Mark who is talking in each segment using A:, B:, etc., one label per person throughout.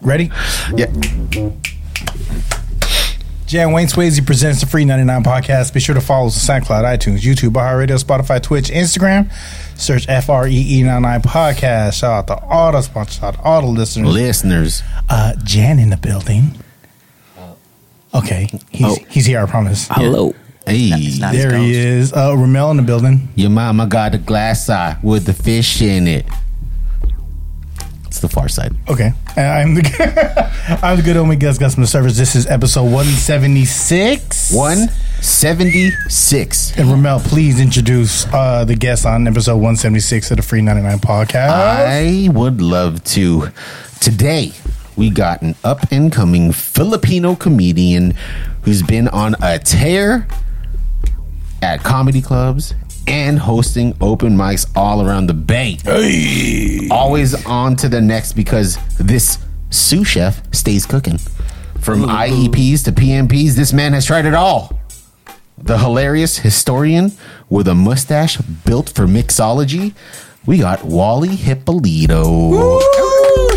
A: Ready?
B: Yeah.
A: Jan Wayne Swayze presents the Free 99 podcast. Be sure to follow us on SoundCloud, iTunes, YouTube, iHeartRadio, Spotify, Twitch, Instagram. Search E FREE99 podcast. Shout out to all the sponsors, shout out to all the listeners.
B: Listeners.
A: Uh, Jan in the building. Okay, he's,
B: Oh.
A: he's here, I promise.
B: Hello. Hey.
C: not his
A: There he
C: ghost.
A: is. Uh, Ramel in the building.
B: Your mama got a glass eye with the fish in it. It's the far side.
A: Okay, and I'm the I'm the good homie Gus Gus from the service. This is episode 176.
B: 176.
A: And Ramel, please introduce uh, the guest on episode 176 of the Free 99 podcast.
C: Ah,
B: I would love to. Today, we got an up and coming Filipino comedian who's been on a tear at comedy clubs and hosting open mics all around the bay. Always on to the next because this sous chef stays cooking. From IEPs to PMPs, this man has tried it all. The hilarious historian with a mustache built for mixology, we got Wally Hippolito.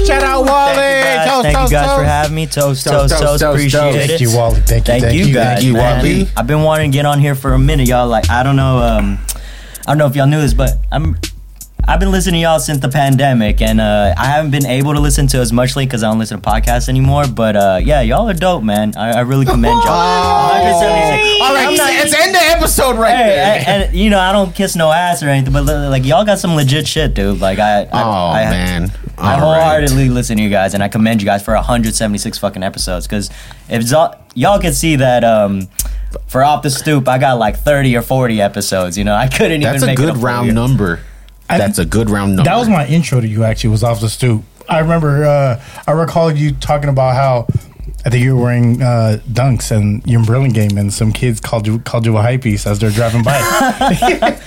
B: Shout out Wally!
C: Thank you guys,
B: Toast,
C: thank
B: toast,
C: you guys for
B: toast.
C: having me. Toast,
B: Toast,
C: toast, toast.
B: toast, toast,
C: Appreciate
B: toast.
C: it.
A: Thank you, Wally. Thank you,
C: Thank,
A: thank
C: you,
A: you,
C: guys.
B: thank you,
C: man.
B: Wally.
C: I've been wanting to get on here for a minute, y'all. Like, I don't know, um, I don't know if y'all knew this, but I'm. I've been listening to y'all since the pandemic, and uh, I haven't been able to listen to as much lately because I don't listen to podcasts anymore. But uh, yeah, y'all are dope, man. I, I really commend y'all. 176.
B: Oh, All right,
C: I'm
B: it's,
C: not-
B: it's end the episode right
C: Hey,
B: there.
C: I- and, you know, I don't kiss no ass or anything, but li- like y'all got some legit shit, dude. Like I, I
B: Oh,
C: I,
B: man.
C: I
B: All
C: wholeheartedly listen to you guys, and I commend you guys for 176 fucking episodes. Because if zo- y'all can see that, um, for off the stoop, I got like 30 or 40 episodes. You know, I couldn't
B: That's
C: even.
B: a
C: make it
B: good
C: full
B: round
C: year.
B: number.
A: I-
B: That's a good round number.
A: That was my intro to you. Actually, was off the stoop. I remember. Uh, I recall you talking about how I think you were wearing uh, dunks and your Burlingame, and some kids called you called you a hype piece as they're driving by.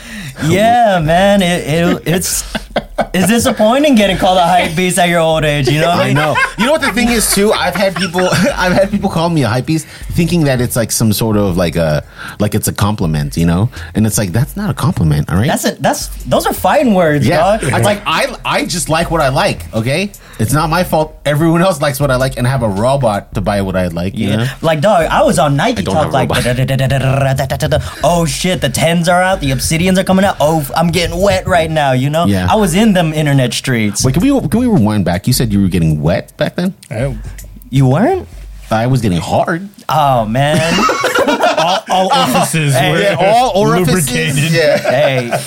C: Yeah, man, it, it it's it's disappointing getting called a hype beast at your old age. You know, what I
B: I
C: mean?
B: know. You know what the thing is too? I've had people I've had people call me a hypebeast thinking that it's like some sort of like a like it's a compliment, you know? And it's like that's not a compliment, all right?
C: That's it. That's those are fighting words,
B: yeah.
C: dog.
B: It's like I I just like what I like, okay? It's not my fault. Everyone else likes what I like and I have a robot to buy what I like, you know?
C: Yeah. Like dog, I was on Nike
B: don't
C: talk
B: have
C: like
B: robot.
C: da-da-da-da-da-da-da-da-da-da. oh shit, the tens are out, the obsidians are coming out. Oh, I'm getting wet right now, you know?
B: Yeah.
C: I was in them internet streets.
B: Wait, can we can we rewind back? You said you were getting wet back then?
A: Oh.
C: You weren't?
B: I was getting hard.
C: Oh man.
A: all, all offices
C: Hey,
A: were
C: yeah,
A: lubricated.
B: Yeah.
C: hey.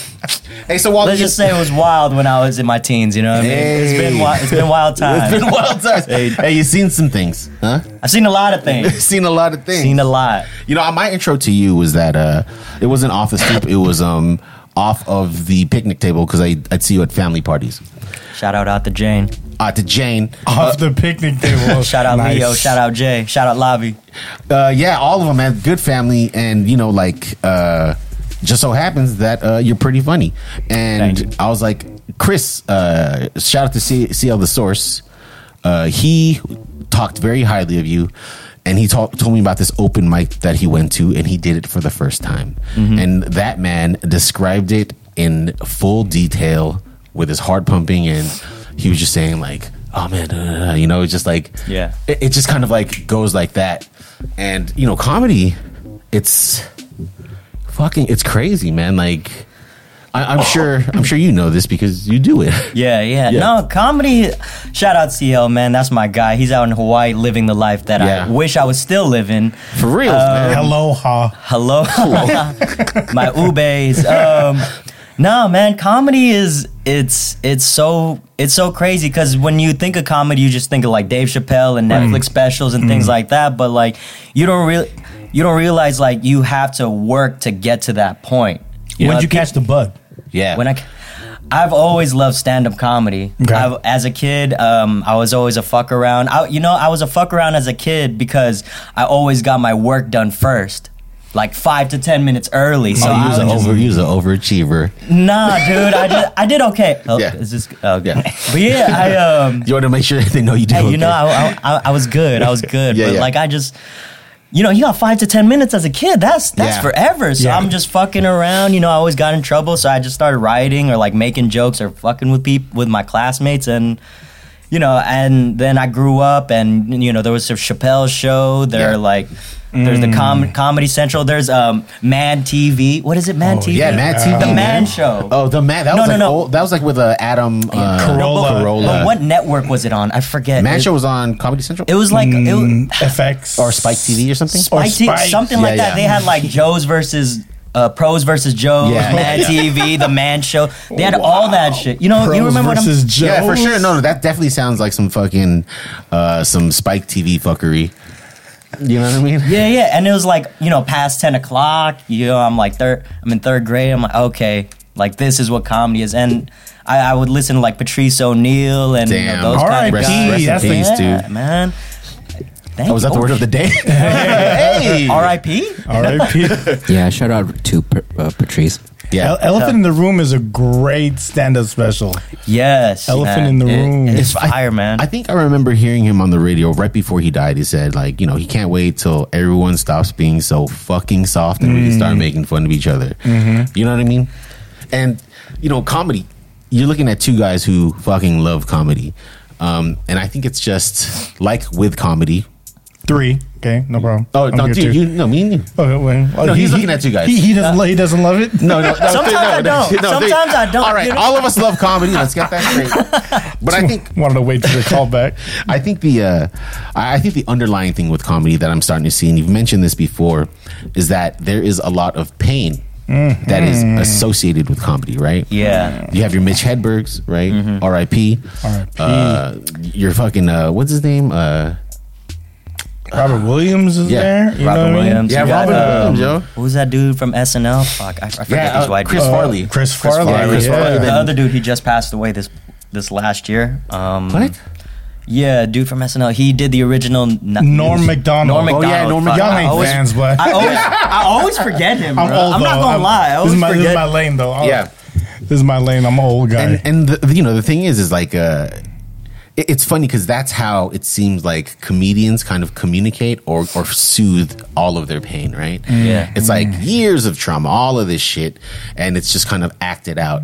B: Hey, so while
C: Let's just say it was wild when I was in my teens, you know what I mean? It's been
B: Hey.
C: wild it's been wild
B: it's
C: times.
B: been wild times. Hey, you've seen some things, huh?
C: I've seen a lot of things.
B: Seen a lot of things.
C: seen a lot.
B: You know, my intro to you was that uh, it wasn't off the stoop. It was um off of the picnic table because I I'd see you at family parties.
C: Shout out out to Jane.
B: Uh, to Jane,
A: Off the picnic table.
C: Shout out Leo. Shout out Jay. Shout out Lavi.
B: uh, yeah, all of them had good family, and you know, like uh, just so happens that uh, you're pretty funny.
C: Thank you.
B: And I was like, Chris, uh, shout out to C- CL the Source. Uh, he talked very highly of you. And he talk, told me about this open mic that he went to, and he did it for the first time.
C: Mm-hmm.
B: And that man described it in full detail with his heart pumping, and he was just saying like, "Oh man, da, da, da," you know, it's just like
C: Yeah.
B: it, it just kind of like goes like that and you know comedy it's fucking it's crazy man like I, i'm sure i'm sure you know this because you do it
C: Oh. Yeah, yeah,
B: Yeah.
C: No, comedy. Shout out CL, man. That's my guy. He's out in Hawaii living the life that
B: Yeah.
C: I wish I was still living.
B: for real
C: Um,
B: man.
A: Aloha.
C: Hello. my ubes. Um, no, man, comedy is it's it's so it's so crazy because when you think of comedy, you just think of like Dave Chappelle and Netflix specials and things like that. But like, you don't really you don't realize like you have to work to get to that point.
A: When'd
C: know,
A: you catch the bud?
B: yeah
C: when I, c- I've always loved stand up comedy.
A: Okay.
C: I've, as a kid, um, I was always a fuck around. I, you know, I was a fuck around as a kid because I always got my work done first. Like five to ten minutes early, so
B: Oh, you
C: I
B: was
C: was
B: an
C: just,
B: over, you was an overachiever.
C: nah, dude. I just, I did okay. Oh,
B: Yeah.
C: is this, oh,
B: Yeah.
C: But yeah, I um,
B: You want to make sure they know you do.
C: hey,
B: okay.
C: you know, I, I, I, I was good. I was good.
B: Yeah,
C: but
B: yeah.
C: like, I just, you know, you got five to ten minutes as a kid. That's that's
B: Yeah.
C: forever. So
A: Yeah.
C: I'm just fucking around. You know, I always got in trouble, so I just started writing or like making jokes or fucking with people with my classmates, and you know, and then I grew up, and you know, there was a Chappelle show. There,
B: Yeah.
C: like, there's the com- Comedy Central. There's um, Mad TV. What is it, Mad TV?
B: Oh, Yeah, Mad TV.
C: The Man
B: man.
C: Show.
B: Oh, the man. That
C: No,
B: was
C: no,
B: like
C: no.
B: Old, that was like with uh, Adam uh,
A: Carolla.
B: Carolla.
C: But Oh, what network was it on? I forget.
B: Man
C: it,
B: show was on Comedy Central
C: It was like it
A: Mm,
C: was,
A: FX
B: or Spike TV or something.
A: Or
C: Spike T-
A: Spike.
C: something
B: Yeah,
C: like that.
B: yeah.
C: They had like Joe's versus uh, Pros versus Joe's,
B: Yeah,
C: Mad
B: yeah.
C: TV, The Man Show. They had all that shit. You know,
A: Pros
C: you remember what I'm
A: versus Joe.
B: Yeah, for sure. No, no, that definitely sounds like some fucking uh, some Spike TV fuckery. You know what I mean?
C: Yeah, yeah, and it was like you know past ten o'clock. You know, I'm like third. I'm in third grade. I'm like, okay, like this is what comedy is, and I, I would listen to like Patrice O'Neill and you know,
B: Damn.
C: those kind
A: R.I.P.,
C: of
B: Rest,
A: Gee,
B: rest
C: guys.
A: that's
B: in peace,
C: Yeah,
B: dude.
C: man. Thank
B: Oh, was that the word of the day?
C: day? R.I.P.
A: R.I.P.
D: Yeah, shout out to P- uh, Patrice.
B: yeah.
A: Ele- Elephant in the Room is a great stand-up special.
C: Yes,
A: Elephant
C: man.
A: in the
C: It-
A: room.
C: It's
B: I-
C: fire, man.
B: I think I remember hearing him on the radio right before he died. He said, like, you know, he can't wait till everyone stops being so fucking soft and we can
A: Mm.
B: start making fun of each other.
A: Mm-hmm.
B: You know what I mean? And, you know, comedy, you're looking at two guys who fucking love comedy. Um, and I think it's just like with comedy.
A: Three, okay, no problem.
B: Oh,
A: I'm
B: no,
A: here
B: dude,
A: too.
B: you, no, me and you.
A: Okay, wait. Oh,
B: No, he's looking at you guys. Uh,
A: He, he doesn't. he doesn't love it.
B: No, no, no,
C: Sometimes I don't. Sometimes I don't,
B: All right,
C: you know?
B: all of us love comedy. Let's get that straight. But I think
A: Wanted to wait for the callback.
B: I think the uh, I I think the underlying thing with comedy that I'm starting to see, and you've mentioned this before, is that there is a lot of pain that is associated with comedy, right?
C: Mm-hmm. Yeah. Mm-hmm.
B: You have your Mitch Hedbergs, right? R.I.P.
A: R.I.P..
B: Uh, your fucking uh, what's his name? Uh,
A: Robert Williams is
B: Yeah,
A: there. You know
C: Robin
A: what I mean?
C: Williams.
B: yeah, uh,
C: You got,
B: Robin
C: um,
B: Williams, yo.
C: Who's that dude from SNL? Fuck, I, I forget
B: Yeah,
C: these
B: uh,
C: white
B: Chris
C: dudes.
B: Farley.
A: Chris Farley.
B: Yeah, Chris
A: yeah.
B: Farley.
C: the
B: then-
C: other dude, he just passed away this this last year. Um,
B: What?
C: Yeah, dude from SNL. He did the original. N-
A: Norm McDonald.
C: Norm
B: Oh,
C: McDonald.
B: yeah, Norm
C: Fuck,
A: Y'all
C: I
A: ain't
C: always-
A: fans, but
C: I always, I always forget him. Bro.
A: I'm
C: I'm,
A: old.
C: not
A: though.
C: gonna
A: I'm-
C: lie. I
A: this
C: always
A: is my this is
C: forget.
A: my lane though. I'll-
B: uh, Yeah.
A: this is my lane. I'm an old guy.
B: and and the, you know the thing is is like uh it- it's funny because that's how it seems like comedians kind of communicate or, or soothe all of their pain, right?
C: Mm. Yeah.
B: It's like years of trauma, all of this shit, and it's just kind of acted out.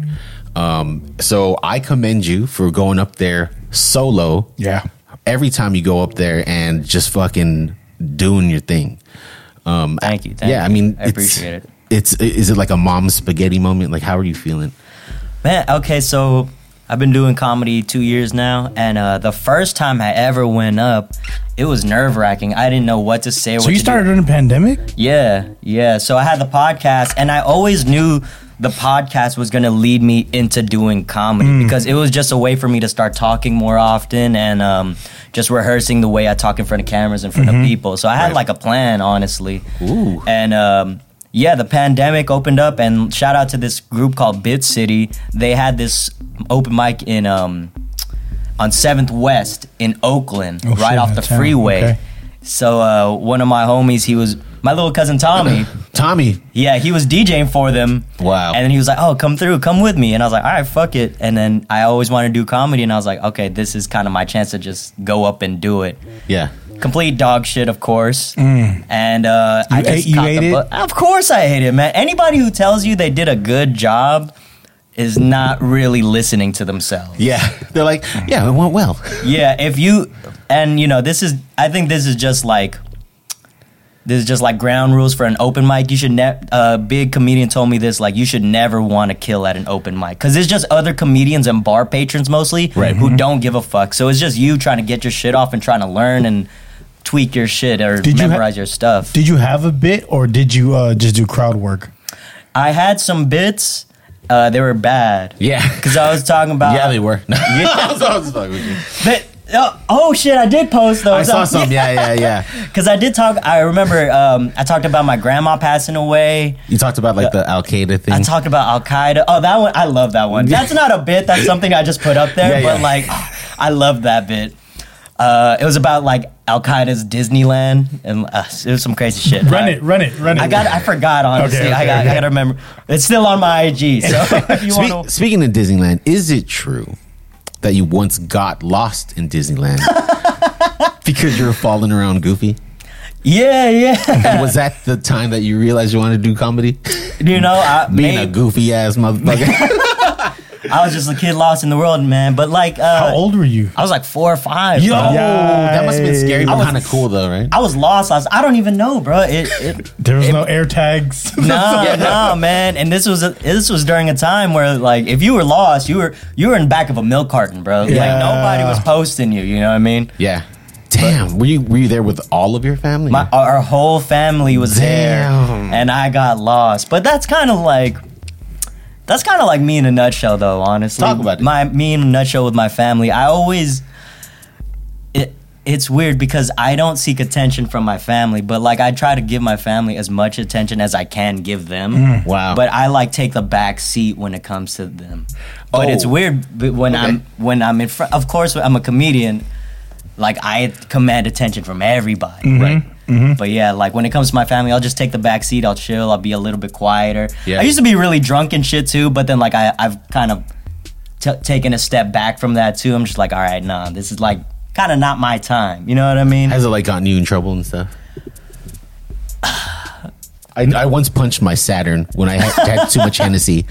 B: Um, so I commend you for going up there solo.
A: Yeah.
B: Every time you go up there and just fucking doing your thing. Um,
C: Thank you. Thank
B: yeah, I
C: you.
B: mean,
C: I appreciate it.
B: It's is it like a mom spaghetti moment? Like, how are you feeling?
C: Man, okay, so I've been doing comedy two years now, and uh, the first time I ever went up, it was nerve wracking. I didn't know what to say. or
A: so
C: what
A: you
C: to do.
A: started during the pandemic?
C: Yeah, yeah. So I had the podcast, and I always knew the podcast was going to lead me into doing comedy because it was just a way for me to start talking more often and um, just rehearsing the way I talk in front of cameras in front of people. So I had like a plan, honestly.
B: Ooh.
C: And um, yeah, the pandemic opened up, and shout out to this group called Bit City. They had this open mic in um, on Seventh West in Oakland,
A: Oh,
C: right
A: shit,
C: off the
A: that town.
C: freeway.
A: Okay.
C: So uh, one of my homies, he was my little cousin Tommy.
B: Tommy,
C: yeah, he was DJing for them.
B: Wow.
C: And then he was like, "Oh, come through, come with me." And I was like, "All right, fuck it." And then I always wanted to do comedy, and I was like, "Okay, this is kind of my chance to just go up and do it."
B: yeah.
C: Complete dog shit, of course. And uh,
A: Mm.
C: I
A: You
C: just
A: ate- you
C: caught
A: ate
C: the
A: it?
C: bu- Of course, I hate it, man. Anybody who tells you they did a good job is not really listening to themselves.
B: Yeah. They're like, yeah, it went well.
C: yeah if you and you know this is i think this is just like this is just like ground rules for an open mic you should ne- a big comedian told me this like you should never want to kill at an open mic because it's just other comedians and bar patrons mostly
B: Right. Mm-hmm.
C: who don't give a fuck so it's just you trying to get your shit off and trying to learn and tweak your shit or
A: Did you ha-
C: memorize your stuff
A: Did you have a bit or did you uh, just do crowd work?
C: i had some bits uh, they were bad
B: Yeah.
C: because i was talking about
B: yeah, they were. I was- I was fucking with you.
C: But- oh, oh shit i did post those
B: I saw
C: Oh,
B: some. Yeah, yeah, yeah.
C: Because I did talk, I remember um, I talked about my grandma passing away.
B: You talked about like the Al Qaeda thing.
C: I talked about Al Qaeda. Oh, that one, I love that one. That's not a bit, that's something I just put up there,
B: Yeah,
C: but
B: yeah.
C: like, I love that bit. Uh, it was about like Al Qaeda's Disneyland, and uh, it was some crazy shit.
A: Run it, run it, run it.
C: I got. I forgot honestly.
A: Okay, okay,
C: I got.
A: okay.
C: I got to remember. It's still on my IG. So if you
B: Spe-
C: want to,
B: speaking of Disneyland, is it true that you once got lost in Disneyland because you were falling around goofy?
C: yeah, yeah.
B: And was that the time that you realized you wanted to do comedy?
C: You know, I,
B: Being
C: may-
B: a goofy ass motherfucker.
C: I was just a kid lost in the world, man. But like, uh,
A: How old were you?
C: I was like four or five.
B: Yo,
C: bro.
B: that must have been scary,
C: I
B: but
C: was-
B: kind of cool though, right?
C: I was lost. I, was, I don't even know, bro. It, it
A: There was no air tags.
C: no, no, man. And this was a, this was during a time where like if you were lost, you were you were in the back of a milk carton, bro.
A: Yeah.
C: Like nobody was posting you. You know what I mean?
B: Yeah. Damn, were you were you there with all of your family?
C: My our whole family was
B: Damn.
C: there, and I got lost. But that's kind of like. That's kind of like me in a nutshell, though. Honestly,
B: Talk about it.
C: My me in a nutshell with my family. I always, it it's weird because I don't seek attention from my family, but like I try to give my family as much attention as I can give them.
B: Hmm. Wow.
C: But I like take the back seat when it comes to them. But
B: Oh.
C: it's weird b- when I'm
B: Okay.
C: when I'm in front. Of course, I'm a comedian. Like I command attention from everybody,
B: Mm-hmm.
C: right? But yeah, like when it comes to my family, I'll just take the back seat. I'll chill. I'll be a little bit quieter.
B: Yeah.
C: I used to be really drunk and shit too, but then like I, I've kind of t- taken a step back from that too. I'm just like, all right, nah, this is like kind of not my time. You know what I mean?
B: Has it like gotten you in trouble and stuff? I, I once punched my Saturn when I had, had too much Hennessy,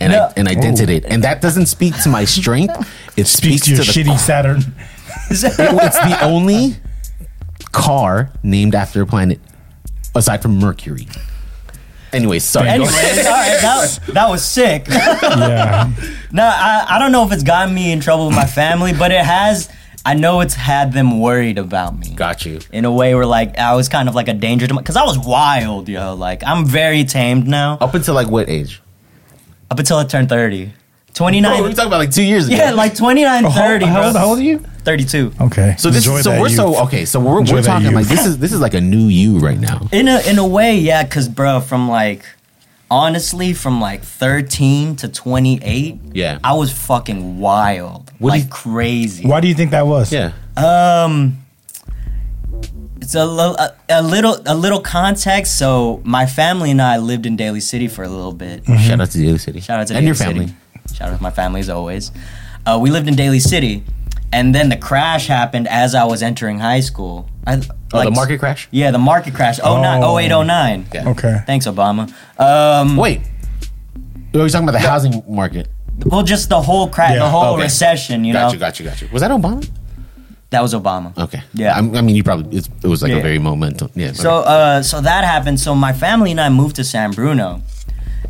B: and I
C: No.
B: and I dented it, and that doesn't speak to my strength. It
A: Speaks
B: speaks,
A: to your
B: to the
A: shitty Saturn.
B: it's the only car named after a planet aside from Mercury. Anyway, sorry.
C: Anyways, all right, that was, that was sick.
A: Yeah.
C: No, I, I don't know if it's gotten me in trouble with my family, but it has. I know it's had them worried about me.
B: Got you.
C: In a way where, like, I was kind of like a danger to my. Because I was wild, yo. Like, I'm very tamed now.
B: Up until like what age?
C: Up until I turned 30.
B: Bro, we
C: 29.
B: talking about like two years ago.
C: yeah, like 29, 30.
A: how,
C: bro.
A: old, how old are you?
C: 32.
A: Okay.
B: so. This
A: Enjoy
B: so
A: that
B: we're so
A: youth.
B: okay. So we're,
A: Enjoy
B: we're
A: that
B: talking
A: youth.
B: like this is this is like a new you right now.
C: In a, in a way, yeah, because, bro, from like. Honestly, from like 13 to 28,
B: Yeah.
C: I was fucking wild.
B: What do
C: like
B: you-
C: crazy.
A: Why do you think that was?
B: Yeah.
C: Um, it's a, lo- a, a little a little context. So my family and I lived in Daly City for a little bit.
B: Shout out to Daly City.
C: Shout out to
B: and
C: Daly
B: your
C: City.
B: family.
C: Shout out to my family as always. Uh, we lived in Daly City, and then the crash happened as I was entering high school. I,
B: Oh, the market crash.
C: Yeah, the market crash. Oh nine,
A: Oh.
C: oh eight, oh nine.
B: Yeah.
A: Okay.
C: Thanks, Obama. Um,
B: Wait. Are we talking about the housing market?
C: well, just the whole crash,
A: Yeah.
C: the whole
B: Okay.
C: recession. You know,
B: Gotcha, gotcha, gotcha. Was that Obama?
C: that was Obama.
B: Okay.
C: Yeah.
B: I'm, I mean, you probably it's, it was like a
C: Yeah.
B: very momentum. Yeah.
C: So, uh, so that happened. So my family and I moved to San Bruno,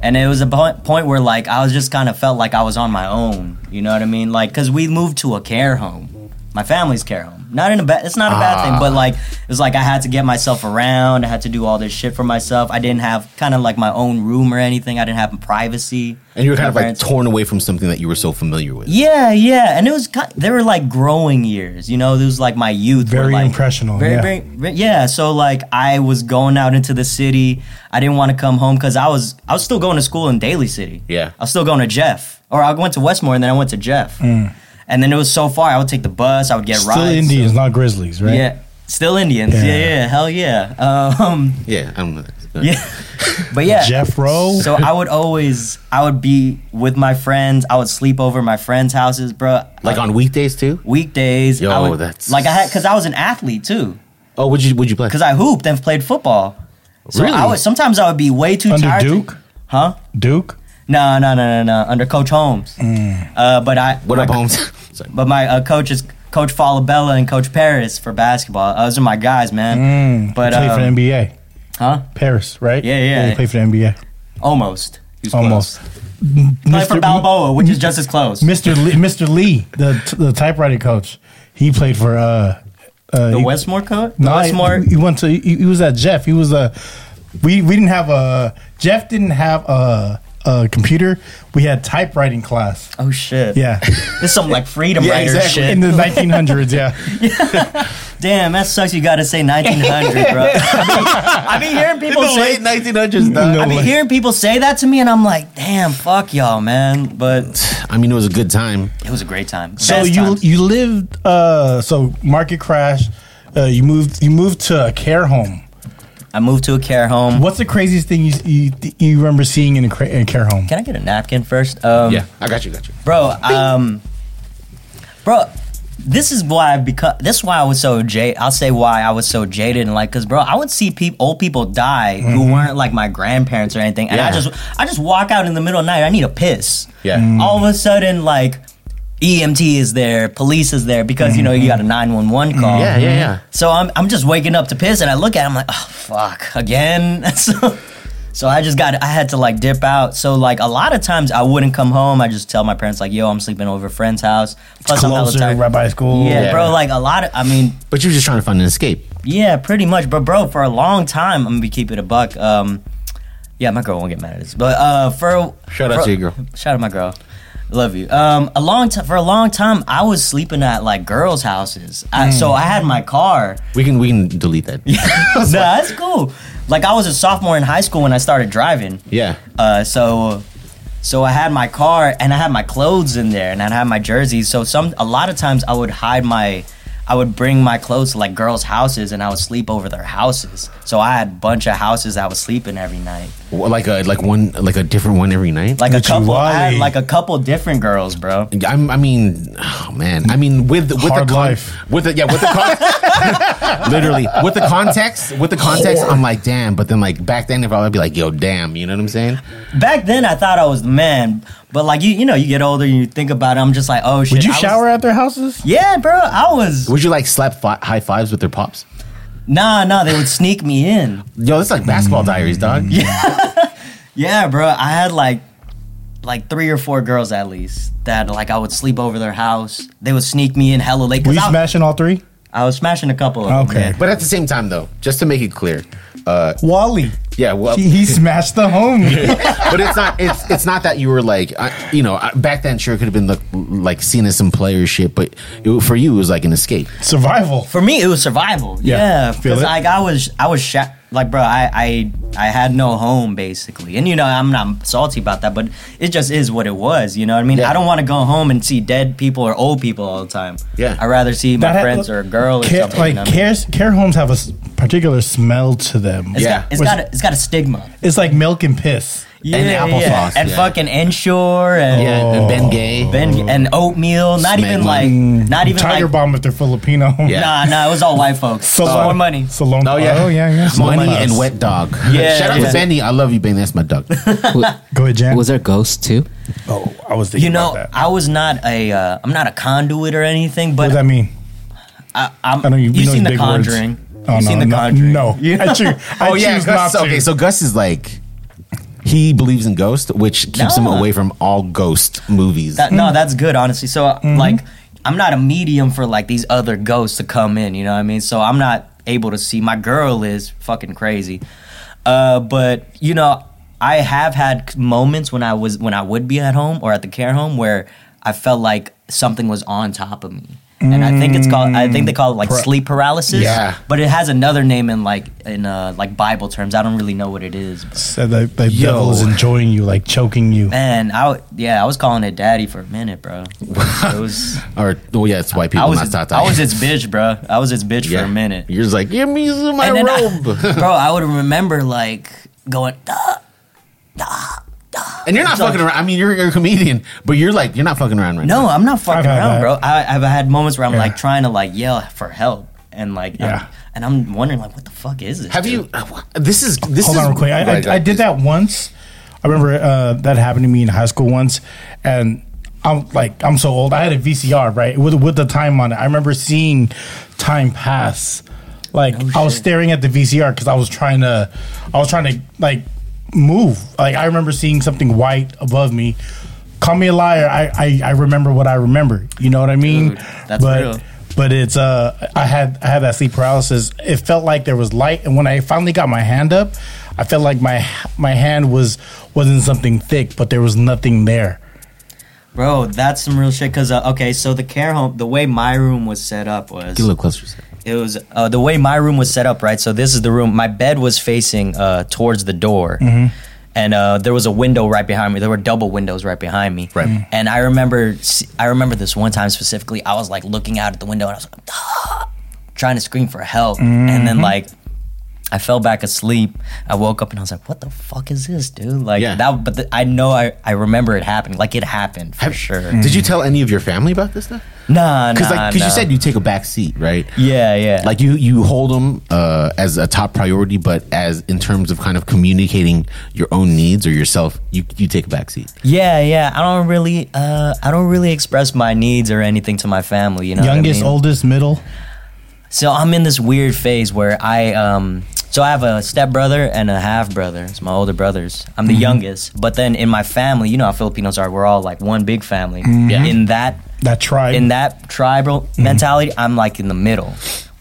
C: and it was a po- point where like I was just kind of felt like I was on my own. You know what I mean? Like, cause we moved to a care home, my family's care home. Not in a bad. It's not a bad thing,
B: Ah.
C: but like it was like I had to get myself around. I had to do all this shit for myself. I didn't have kind of like my own room or anything. I didn't have privacy.
B: and you were kind
C: My
B: of like
C: parents-
B: torn away from something that you were so familiar with.
C: yeah, yeah, and it was ki they were like growing years, you know. It was like my youth, were,
A: Very
C: like,
A: impressional,
C: Very,
A: yeah.
C: very, very- yeah. So like I was going out into the city. I didn't want to come home because I was I was still going to school in Daly City.
B: Yeah.
C: I was still going to Jeff, or I went to Westmore and then I went to Jeff, and then it was so far. I would take the bus. I would get
A: Mm. Still
C: rides.
A: Indians, not Grizzlies, right?
C: yeah. Still Indians,
A: Yeah.
C: yeah, yeah, hell yeah, um,
B: Yeah. I don't know.
C: yeah, but yeah,
A: Jeff Rowe.
C: so I would always, I would be with my friends. I would sleep over my friends' houses, bro.
B: Like on weekdays too.
C: weekdays.
B: Yo,
C: I would,
B: that's-
C: like I had because I was an athlete too.
B: Oh, would you would you play?
C: Because I hooped and played football. So
B: Really?
C: I was sometimes I would be way too
A: Under
C: tired. to-
A: Duke?
C: huh?
A: Duke.
C: No, no, no, no, no. Under Coach Holmes.
A: Mm.
C: Uh, but I.
B: What
C: my-
B: up, Holmes? Sorry.
C: But my uh, coach is Coach Falabella and Coach Paris for basketball. Uh, Those are my guys, man. but
A: Played Mm. for
C: um,
A: the NBA.
C: huh?
A: Paris, right?
C: Yeah, yeah.
A: he played for the NBA.
C: Almost. He was
A: Almost.
C: Close. Played for Balboa, which is just as close.
A: Mr. Lee, Mr. Lee, the the typewriting coach. He played for uh, uh
C: the
A: he-
C: Westmore coach. The
A: No,
C: Westmore.
A: He, he went to. He, he was at Jeff. He was a. We we didn't have a. Jeff didn't have a, a computer. We had typewriting class.
C: oh shit.
A: Yeah,
C: This is some like freedom
B: Yeah,
C: writer
B: exactly.
C: shit.
A: in the 1900s. Yeah,
C: Damn, that sucks. You got to say 1900, bro. I be, I be hearing people say.
B: 1900s.
C: I be
B: I, mean,
C: hearing people say that to me, and I'm like, damn, fuck y'all, man. But
B: I mean, it was a good time.
C: it was a great time.
A: So
C: Best
A: you
C: times.
A: you lived uh so market crash, uh, you moved you moved to a care home.
C: I moved to a care home.
A: What's the craziest thing you you, you remember seeing in a, cra- in a care home?
C: Um, Can I get a napkin first? Um,
B: I got you. Got you.
C: bro. Um, bro, this is why I become. This is why I was so jaded. I'll say why I was so jaded and like, cause bro, I would see people, old people die who weren't like my grandparents or anything, and I
B: Mm-hmm. Yeah.
C: just, I just walk out in the middle of the night. I need a piss.
B: Yeah. Mm.
C: All of a sudden, like, EMT is there, police is there, because you know you got a nine one one call.
B: Mm-hmm. Yeah, yeah, yeah.
C: So I'm, I'm just waking up to piss, and I look at, it, I'm like, oh fuck, again. so, so I just got, I had to like dip out. So like a lot of times I wouldn't come home. I just tell my parents like, yo, I'm sleeping over a friend's house. Plus I'm hella
A: Closer,
C: tired.
A: right by school.
C: Yeah,
B: Yeah.
C: bro. Like a lot of, I mean,
B: But you were just trying to find an escape.
C: yeah, pretty much. But bro, for a long time, I'm gonna be keeping it a buck. Um, yeah, my girl won't get mad at this, but uh, for
B: Shout out
C: for-
B: to your girl.
C: Shout out my girl. Love you. Um, a long time for a long time, I was sleeping at like girls' houses. I, so I had my car.
B: We can we can delete that.
C: nah, that's cool. Like I was a sophomore in high school when I started driving.
B: yeah.
C: Uh, so, so I had my car and I had my clothes in there and I had my jerseys. So some a lot of times I would hide my, I would bring my clothes to like girls' houses and I would sleep over their houses. So I had a bunch of houses I would sleep in every night.
B: Well, Like a like one like a different one every night.
C: Like a
A: Would you
C: couple, I had
A: lie?
C: like a couple different girls, bro.
B: I'm, I mean, oh man. I mean, with with
A: Hard
B: the con-
A: life.
B: with the yeah, with the con- literally with the context, with the context, I'm like, damn. But then, like back then, if I would be like, yo, damn, you know what I'm saying?
C: Back then I thought I was the man, but like you, you know, you get older and you think about it. I'm just like, oh shit.
A: Did you
C: I was-
A: shower at their houses?
C: yeah, bro. I was
B: Would you like slap fi- high fives with their pops?
C: nah, nah. They would sneak me in.
B: Yo, it's like basketball diaries, dog. Yeah,
C: Yeah, bro. I had like like three or four girls at least that like I would sleep over their house. They would sneak me in hella late
A: Were
C: because
A: you
C: I,
A: smashing all three?
C: I was smashing a couple of
A: Okay.
C: them.
B: but at the same time, though, just to make it clear,
A: Wally.
B: yeah. Well,
A: He, he smashed the homie.
B: but it's not it's it's not that you were like I, you know I- back then sure it could have been look, like seen as some player shit but it, for you it was like an escape
A: Survival.
C: For me, it was survival.
A: Yeah,
C: Yeah,
A: feel
C: because
A: it.
C: like I was I was sha- like bro, I I I had no home basically, and you know I'm not salty about that, but it just is what it was. You know what I mean?
B: Yeah.
C: I don't want to go home and see dead people or old people all the time.
B: Yeah.
C: I rather see my
A: That had-
C: friends or a girl or
A: Care,
C: something.
A: like
C: you know?
A: care, care homes have a s- particular smell to them.
C: It's
B: Yeah.
C: got it's
A: Was-
C: got a, it's got a stigma.
A: It's like milk and piss.
B: And applesauce,
C: and
B: yeah.
C: fucking Ensure and Oh.
B: yeah and Ben Gay Mm.
C: Ben and oatmeal, not even
B: Smegma.
C: like, not even
A: Tiger
C: like,
A: bomb if they're Filipino.
B: Yeah.
C: nah, nah, it was all white folks. So more money.
A: Salon.
B: oh yeah
A: Oh yeah. yeah.
B: money
A: Salon
B: and
A: bus.
B: wet dog
C: Yeah,
B: shout out
C: yeah.
B: to Benny I love you Benny that's my dog
D: Wa-
A: Go ahead, Jan.
D: was there ghosts too?
A: oh, I was thinking
C: You know,
A: about that.
C: I was not a, uh, I'm not a conduit or anything, but
A: what does that mean?
C: I, I'm,
A: I know you,
C: you've
A: you know
C: seen
A: these
C: The
A: big words.
C: Conjuring.
A: Oh,
C: you've
A: no,
C: seen The
A: no,
C: Conjuring.
A: No,
C: Yeah.
A: I choose. I
B: oh yeah
A: choose not
B: Gus
A: to.
B: okay so Gus is like he believes in ghosts which keeps him
C: Nah.
B: away from all ghost movies
C: That, No, that's good, honestly. So, uh, like, I'm not a medium for like these other ghosts to come in. You know what I mean? So I'm not able to see. My girl is fucking crazy, uh, but you know, I have had moments when I was when I would be at home or at the care home where I felt like something was on top of me. And I think it's called. I think they call it like sleep paralysis.
B: Yeah.
C: But it has another name in like in uh, like Bible terms. I don't really know what it is. But
A: Said that the
B: Yo.
A: devil is enjoying you, like choking you.
C: man, I w- yeah, I was calling it daddy for a minute, bro. It was
B: or oh yeah it's white people
C: I was,
B: not Tata
C: I was its bitch, bro. I was its bitch for a minute.
B: you're just like give me some of my
C: And then I-
B: robe
C: bro, I would remember like going, "Duh."
B: and you're not
C: It's like-
B: fucking around I mean you're, you're a comedian but you're like you're not fucking around right now.
C: no, I'm not fucking
A: I've had
C: around,
A: that.
C: bro. I, I've had moments where I'm
A: Yeah.
C: like trying to like yell for help and like, I'm-
A: Yeah.
C: and I'm wondering like, what the fuck is this?
B: Have
C: dude?
B: you? This is this
A: Hold
B: is.
A: on, real quick. I,
B: Right,
A: I, I
B: right.
A: did that once. I remember uh, that happened to me in high school once, and I'm like, I'm so old. I had a VCR, right, with with the time on it. I remember seeing time pass. Like I was staring at the VCR because I was trying to, I was trying to like move. Like I remember seeing something white above me. Call me a liar. I I, I remember what I remember. You know what I mean?
C: Dude, that's
A: Mm. but,
C: real.
A: But it's uh, I had I had that sleep paralysis. It felt like there was light, and when I finally got my hand up, I felt like my my hand was wasn't something thick, but there was nothing there.
C: bro? That's some real shit. Cause uh, okay, so the care home, the way my room was set up was
B: Get a little closer. sir.
C: It was uh, the way my room was set up, right? So this is the room. My bed was facing uh, towards the door, and uh, there was a window right behind me. There were double windows right behind me.
B: Right. Mhm.
C: And I remember, s- I remember this one time specifically. I was like looking out at the window, and I was like, "Ah," trying to scream for help, and then like I fell back asleep. I woke up and I was like, "What the fuck is this, dude?" Like
B: Yeah.
C: that. But the, I know I, I remember it happening. Like it happened for
B: Have-
C: sure.
B: Did you tell any of your family about this stuff?
C: Nah, nah,
B: Because like, because
C: nah.
B: you said you take a back seat, right?
C: yeah, yeah.
B: Like you, you hold them uh, as a top priority, but as in terms of kind of communicating your own needs or yourself, you you take a back seat.
C: yeah, yeah. I don't really, uh, I don't really express my needs or anything to my family. You know, what I
A: Youngest,
C: mean?
A: oldest, middle.
C: So I'm in this weird phase where I um so I have a stepbrother and a half brother. It's my older brothers. I'm the youngest. But then in my family, you know how Filipinos are, we're all like one big family.
B: Yeah.
C: In that
A: That tribe.
C: in that tribal mentality, I'm like in the middle.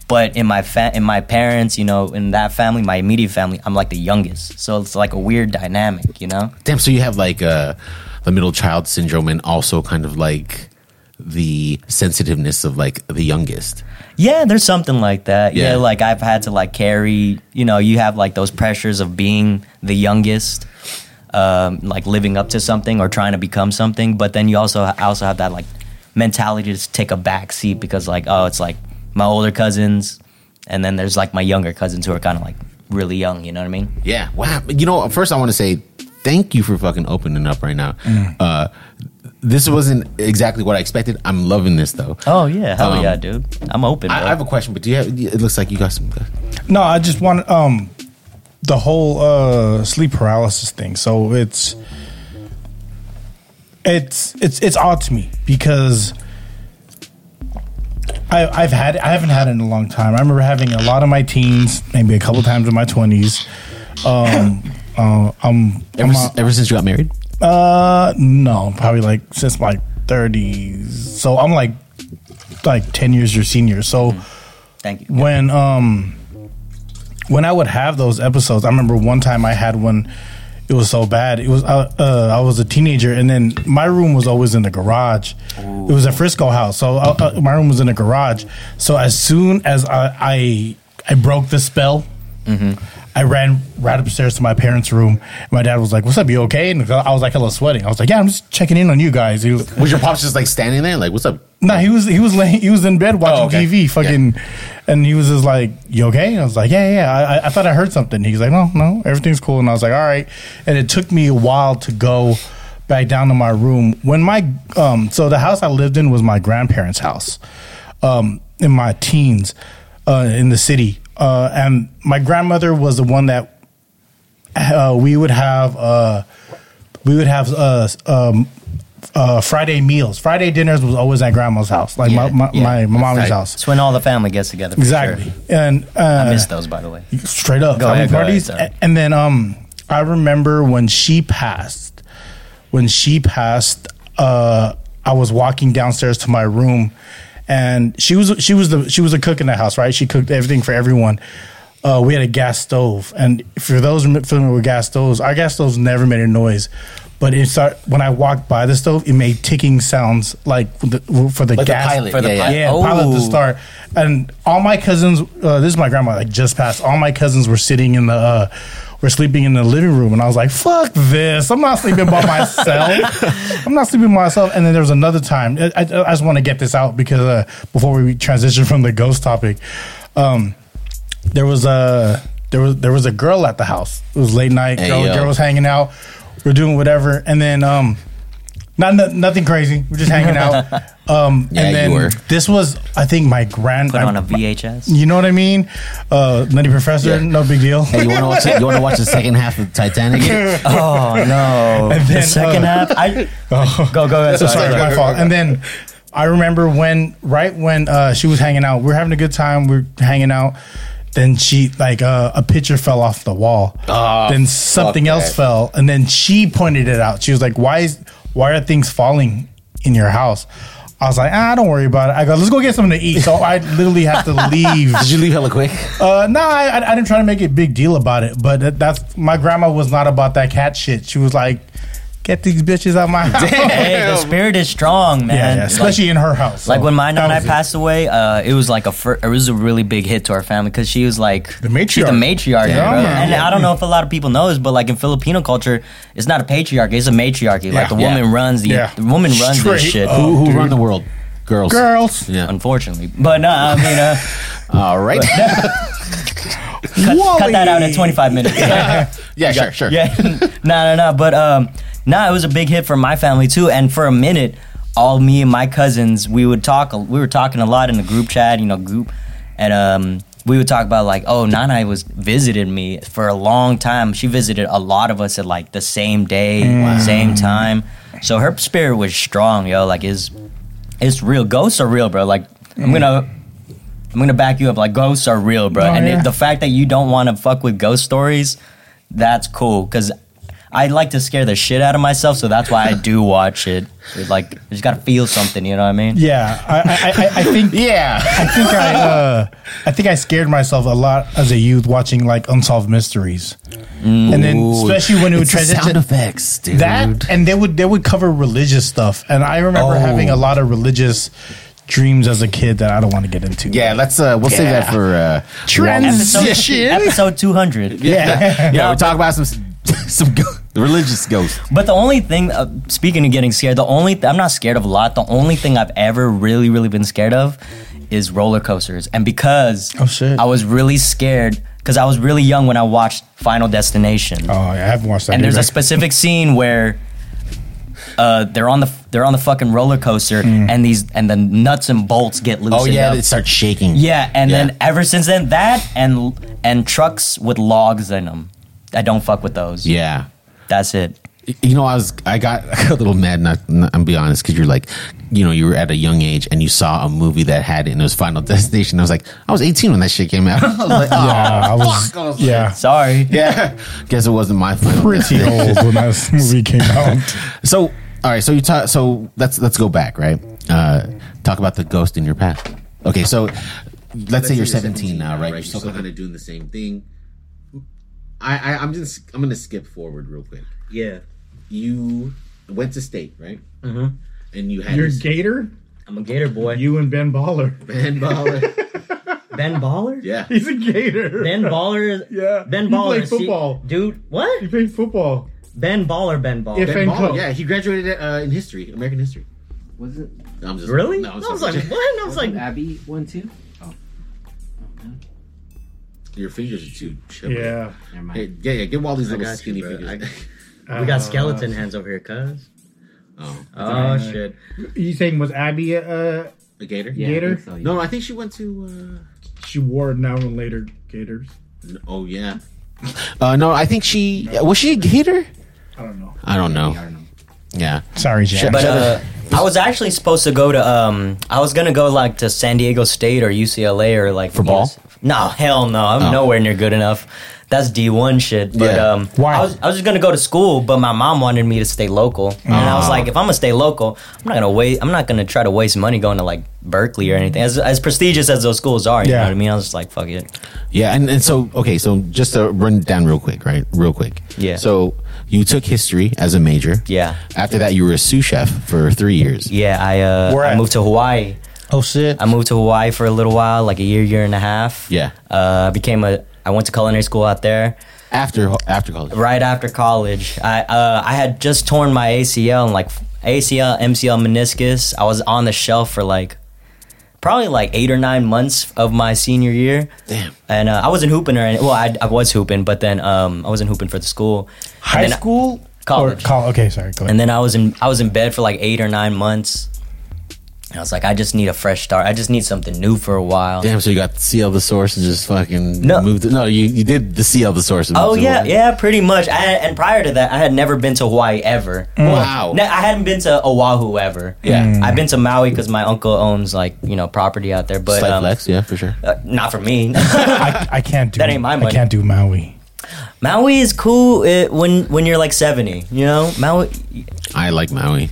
C: But in my fa- in my parents, you know, in that family, my immediate family, I'm like the youngest. So it's like a weird dynamic, you know?
B: Damn. So you have like uh, the middle child syndrome, and also kind of like the sensitiveness of like the youngest.
C: Yeah, there's something like that.
B: Yeah.
C: Yeah. like I've had to like carry, you know, you have like those pressures of being the youngest, um, like living up to something or trying to become something. But then you also I also have that like mentality to just take a back seat because like oh it's like my older cousins, and then there's like my younger cousins who are kind of like really young. You know what I mean?
B: Yeah. Wow. You know, first I want to say thank you for fucking opening up right now. Uh, this wasn't exactly what I expected. I'm loving this though.
C: Oh yeah, hell
B: Um,
C: yeah, dude. I'm open.
B: I,
C: bro.
B: I have a question, but do you have? It looks like you got some. uh,
A: No, I just want um the whole uh sleep paralysis thing. So it's it's it's it's odd to me because I I've had I haven't had it in a long time. I remember having a lot of my teens, maybe a couple times in my twenties. Um uh, I'm,
B: Ever,
A: I'm
B: si-
A: a-
B: ever since you got married?
A: uh no, probably like since my 30s. So I'm like like 10 years your senior. So
B: Mm.
C: Thank you.
A: when um when I would have those episodes, I remember one time I had one. It was so bad. It was uh, uh, I was a teenager, and then my room was always in the garage. It was a Frisco house, so uh, uh, my room was in the garage. So as soon as I I, I broke the spell. I ran right upstairs to my parents' room. My dad was like, "What's up? You okay?" And I was like, "Hello, sweating." I was like, "Yeah, I'm just checking in on you guys." He was,
B: Was your pops just like standing there, like, "What's up?"
A: no, he was he was laying, he was in bed watching
B: Oh, okay.
A: TV, fucking, and he was just like, "You okay?" And I was like, "Yeah, yeah." I, I- I thought I heard something. He's like, "No, no, everything's cool." And I was like, "All right." And it took me a while to go back down to my room when my um so the house I lived in was my grandparents' house, um in my teens, uh in the city, uh and my grandmother was the one that uh, we would have uh, we would have uh, um, uh, Friday meals. Friday dinners was always at grandma's house, like
C: Yeah,
A: my, my,
C: yeah.
A: my, my mommy's
B: Right.
A: house.
C: It's when all the family gets together. For
A: Exactly,
C: Sure.
A: and uh,
C: I miss those, by the way.
A: straight up
C: Go
A: family
C: ahead, go ahead,
A: parties.
C: sorry.
A: A- and then um, I remember when she passed. When she passed, uh, I was walking downstairs to my room, and she was she was the she was a cook in the house, right? She cooked everything for everyone. Uh, we had a gas stove, and for those m- familiar with gas stoves, our gas stoves never made a noise. But it start when I walked by the stove, it made ticking sounds like the, for the
B: Like the
A: gas
B: pilot,
C: For the
B: yeah, yeah.
A: yeah,
C: Oh.
A: pilot to start. And all my cousins, uh, this is my grandma, like just passed. All my cousins were sitting in the, uh, were sleeping in the living room, and I was like, "Fuck this! I'm not sleeping by myself. I'm not sleeping by myself." And then there was another time. I, I, I just want to get this out because uh, before we transition from the ghost topic, um, there was a there was there was a girl at the house. It was late night.
B: Hey,
A: girl,
B: yo.
A: girl was hanging out. We're doing whatever, and then um, not no- nothing crazy. We're just hanging out. Um,
B: Yeah, you
A: and then
B: were.
A: this was I think my grand.
C: Put on a
A: I-
C: VHS.
A: you know what I mean? Uh, Nutty Professor,
B: Yeah.
A: no big deal.
B: Hey, you want to watch? it- You want to watch the second half of Titanic?
C: Oh no! the
A: then,
C: second
A: uh,
C: half, I go go ahead.
A: Sorry,
C: Sorry,
A: it's my fault. And then I remember when, right when uh, she was hanging out, we were having a good time. We were hanging out. Then she like uh, a picture fell off the wall.
B: Ah,
A: then something
B: fuck
A: else
B: that.
A: fell, and then she pointed it out. She was like, "Why is why are things falling in your house?" I was like, "Ah, don't worry about it." I go, "Let's go get something to eat." So I literally have to leave.
B: Did you leave hella quick?
A: Uh, no, I, I, I didn't try to make a big deal about it, but that, that's my grandma was not about that cat shit. She was like, "Get these bitches out my house."
C: hey, the spirit is strong, man.
A: Yeah, yeah, especially in her house.
C: like, like
A: So
C: when my
A: that
C: nana
A: was it.
C: passed away, uh, it was like a fir- it was a really big hit to our family because she was like
A: The
C: she's the
A: matriarch.
C: matriarch,
A: Yeah,
C: bro.
A: man.
C: and I don't know if a lot of people know this, but like in Filipino culture, it's not a patriarchy, it's a matriarchy. like the
A: Yeah.
C: woman runs the,
A: Yeah.
C: the woman runs
A: Straight
C: this shit.
A: up.
B: who who run the world? Girls.
A: girls.
B: Yeah.
C: Unfortunately, but no, I mean, uh,
B: All right.
C: cut, cut that out in 25 minutes.
B: Yeah, sure, sure.
C: Yeah, no, no, no. But um, no, it was a big hit for my family too. And for a minute, all me and my cousins, we would talk. We were talking a lot in the group chat, you know, group, and um, we would talk about like, oh, Nana was visited me for a long time. She visited a lot of us at like the same day,
A: Mm.
C: same time. So her spirit was strong, yo. Like, is it's real. Ghosts are real, bro. Like,
A: Mm.
C: I'm gonna. I'm gonna back you up. Like ghosts are real, bro,
A: Oh,
C: and
A: yeah.
C: it, the fact that you don't want to fuck with ghost stories, that's cool. Cause I like to scare the shit out of myself, so that's why I do watch it. It's like you just gotta feel something, you know what I mean?
A: Yeah, I, I, I, I think
B: Yeah.
A: I think I, uh, I think I scared myself a lot as a youth watching like unsolved mysteries, and then especially when it would
B: It's the
A: transition
B: sound effects, dude.
A: that, and they would they would cover religious stuff, and I remember
B: Oh.
A: having a lot of religious dreams as a kid that I don't want to get into.
B: Yeah, let's uh we'll save that for uh
C: Episode, episode 200.
A: yeah,
B: Yeah, we talk about some some go- religious ghosts.
C: But the only thing, uh, speaking of getting scared, the only th- I'm not scared of a lot. The only thing I've ever really, really been scared of is roller coasters. And because
A: Oh, shit.
C: I was really scared, because I was really young when I watched Final Destination.
A: Oh, yeah, I haven't watched that.
C: and there's a
A: either.
C: specific scene where uh, they're on the they're on the fucking roller coaster, and these and the nuts and bolts get loose.
B: Hmm. Oh yeah, it starts shaking.
C: yeah. And
B: Yeah.
C: then ever since then, that and and trucks with logs in them. I don't fuck with those.
B: Yeah.
C: that's it.
B: You know, I was I got a little mad. Not, not I'm be honest, because you're like, you know, you were at a young age and you saw a movie that had it, and it was Final Destination. I was like, I was 18 when that shit came out. I was like, "Oh,
A: yeah,
B: "Aw,
A: Uh, I was, yeah,
C: Sorry.
B: yeah. Guess it wasn't my final.
A: pretty old when that movie came out.
B: So, all right. So you talk. So let's let's go back, right? Uh, talk about the ghost in your past. Okay, so let's, say you're 17, now, right? You're still kind of doing the same thing. I, I I'm just I'm gonna skip forward real quick.
C: Yeah.
B: You went to state, right? Mm-hmm. And you had
E: Your
B: this-
E: gator,
C: I'm a Gator boy.
E: you and Ben Baller.
B: Ben Baller.
C: Ben Baller?
B: Yeah.
E: He's a gator.
C: Ben Baller. is-
E: Yeah.
C: Ben
E: He
C: Baller.
E: played
C: is se-
E: football.
C: dude, what?
E: He played football.
C: Ben Baller, Ben Baller.
E: If-
B: Ben
E: Ben
B: Baller.
E: Cook.
B: Yeah, he graduated uh, in history, American history.
D: Was it
B: No, I'm just
C: really?
B: No, I'm
C: I was
B: sorry.
C: like, what? I was like,
D: Abby one too?
B: your fingers are too chubby.
E: Yeah.
D: Never
B: Hey, yeah, yeah. Give all these little
C: got you,
B: skinny
C: bro.
B: fingers.
C: we got skeleton hands over here, cuz.
B: oh,
C: Oh, shit.
E: You saying was Abby? Uh,
B: a gator.
D: Yeah,
E: Gator?
D: I think so, yeah.
B: No, I think she went to.
E: she wore now and later gators.
B: Uh, n- oh yeah. Uh, no, I think she was she a gator.
E: I don't know.
B: I don't know. Yeah,
A: Sorry, Jack.
C: But uh, I was actually supposed to go to um, I was gonna go like to San Diego State or UCLA or like for
B: ball?
C: No, hell no, I'm
B: Oh.
C: nowhere near good enough. That's D one shit. But
B: Yeah.
C: um,
A: Why?
C: I was I was just gonna go to school, but my mom wanted me to stay local, and I was like, if I'm gonna stay local, I'm not gonna wait. I'm not gonna try to waste money going to like Berkeley or anything. As as prestigious as those schools are, you
A: Yeah.
C: know what I mean? I was just like, fuck it.
B: yeah, and, and so okay, so just to run it down real quick, right? Real quick.
C: Yeah.
B: So you took history as a major.
C: Yeah.
B: After that, you were a sous chef for three years.
C: Yeah, I uh,
A: Where
C: I
A: at?
C: moved to Hawaii.
B: Oh shit.
C: I moved to Hawaii for a little while, like a year, year and a half.
B: Yeah.
C: Uh, became a. I went to culinary school out there.
B: After after college.
C: right after college. I uh, I had just torn my ACL and like ACL, MCL, meniscus. I was on the shelf for like probably like eight or nine months of my senior year.
B: Damn.
C: And uh, I wasn't hooping or any, well, I, I was hooping, but then um, I wasn't hooping for the school. And
A: High
C: then-
A: school,
C: College.
A: Or col- okay, sorry. Go ahead.
C: and then I was in I was in bed for like eight or nine months. And I was like, I just need a fresh start. I just need something new for a while.
B: Damn. So you got CL the source and just fucking
C: No.
B: moved. It. No, you you did the CL the source. and
C: Oh
B: moved it
C: yeah,
B: away.
C: yeah, pretty much. I, and prior to that, I had never been to Hawaii ever.
B: Wow.
C: No, I hadn't been to Oahu ever.
B: Mm. Yeah. Mm.
C: I've been to Maui because my uncle owns like you know property out there, but
B: Slight
C: um,
B: flex. Yeah, for sure.
C: uh, not for me.
A: I, I can't do
C: That ain't my money.
A: I can't do Maui.
C: Maui is cool uh when when you're like seventy. You know, Maui.
B: I like Maui.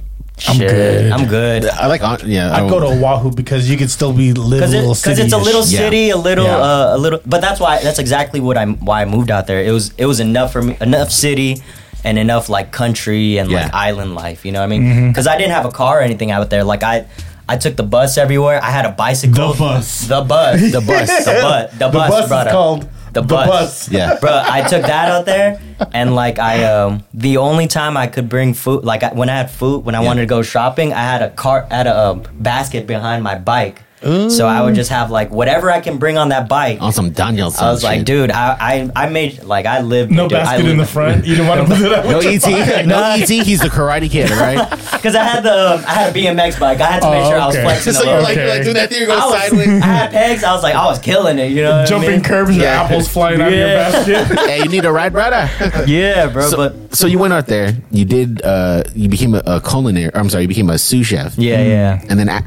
C: I'm
A: good.
C: I'm good.
B: I like. uh, Yeah.
A: I
B: don't-
A: go to Oahu because you could still be live
C: Because
A: a little city.
C: it's a little city, a little,
A: Yeah.
C: uh, a little. But that's why. That's exactly what I'm. Why I moved out there. It was. It was enough for me. Enough city, and enough like country and like
B: Yeah.
C: island life. You know what I
A: Mm-hmm.
C: mean? Because I didn't have a car or anything out there. Like I, I took the bus everywhere. I had a bicycle.
A: The bus.
C: The bus. The bus. the bus. The bus.
A: bus is
C: brother.
A: called
C: the
A: the
C: bus.
A: bus.
B: Yeah.
C: bro. I took that out there, and like I, um, the only time I could bring food, like I, when I had food, when I wanted to go shopping, I had a cart, I had a um, basket behind my bike. So I would just have like whatever I can bring on that bike.
B: on Oh, some Danielson.
C: I was
B: shit.
C: like, dude, I, I I made like I lived
A: No
C: it, dude.
A: basket in the front. You don't want to put it up.
B: No ET, no ET. He's the Karate Kid, right?
C: because I had the um, I had a BMX bike. I had to make
A: Oh,
C: sure I was
A: okay.
C: flexing
B: so
C: a
B: you're
C: little.
B: like, you're like
A: Okay.
B: doing that thing, you're
C: I,
B: going
C: was,
B: sideways.
C: I had pegs. I was like, I was killing it. You know, what
A: Jumping
C: I
A: curbs, your
B: Yeah.
A: apples flying out of your
C: Yeah.
A: basket.
B: hey, you need a ride, brother.
C: mean? Yeah, bro.
B: So,
C: but
B: so you went out there. You did. Uh, you became a, a culinary. I'm sorry. You became a sous chef.
C: yeah, yeah.
B: And then a-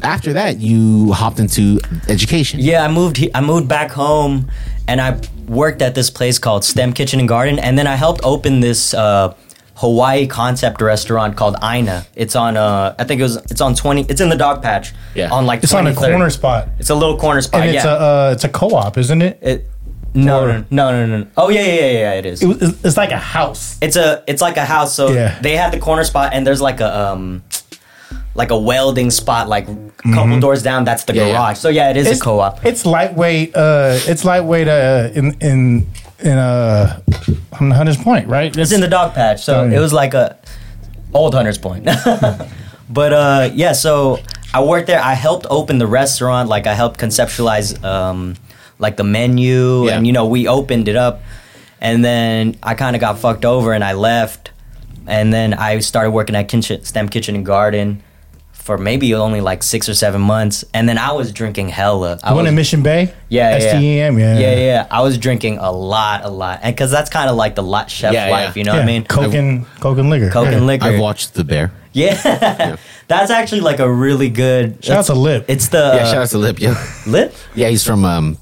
B: after that, you hopped into education.
C: Yeah, I moved. He- I moved back home, and I worked at this place called STEM Kitchen and Garden, and then I helped open this uh, Hawaii concept restaurant called Aina. It's on. Uh, I think it was. It's on twenty. It's in the dog patch.
B: Yeah.
C: On like.
A: It's on a
C: 23rd.
A: corner spot.
C: It's a little corner spot.
A: And it's
C: yeah.
A: a uh, it's a co-op, isn't it?
C: it, no, no, no, no, no. Oh yeah, yeah, yeah, yeah. It is.
A: It was- it's it's like a house.
C: it's a. It's like a house. So
A: Yeah.
C: they have the corner spot, and there's like a. um like a welding spot, like a couple doors down. That's the
B: Yeah, yeah.
C: garage. So yeah, it is a co-op.
A: Mm-hmm. It's lightweight. Uh, it's lightweight. Uh, in in in uh, on Hunters Point, right?
C: It's in the dog patch, so
A: Oh, yeah.
C: it was like a old hunter's point. but uh, yeah, so I worked there. I helped open the restaurant. Like I helped conceptualize um, like the menu,
B: Yeah.
C: and you know we opened it up. And then I kind of got fucked over, and I left. And then I started working at kitchen, STEM Kitchen and Garden for maybe only like six or seven months. And then I was drinking hella. I
A: one
C: was
A: in Mission Bay.
C: yeah, yeah.
A: STEM. E Yeah,
C: yeah, yeah. I was drinking a lot, a lot, and because that's kind of like the lot chef
B: Yeah, yeah.
C: life, you know
A: Yeah,
C: what I mean?
A: Coke and Coke and liquor.
C: Coke
A: Yeah.
C: and liquor.
B: I've watched The Bear.
C: yeah. that's actually like a really good.
A: Shout out to
C: it's-
A: Lip.
C: It's the
B: Yeah, shout out to Lip. Yeah,
C: Lip.
B: yeah, he's from um,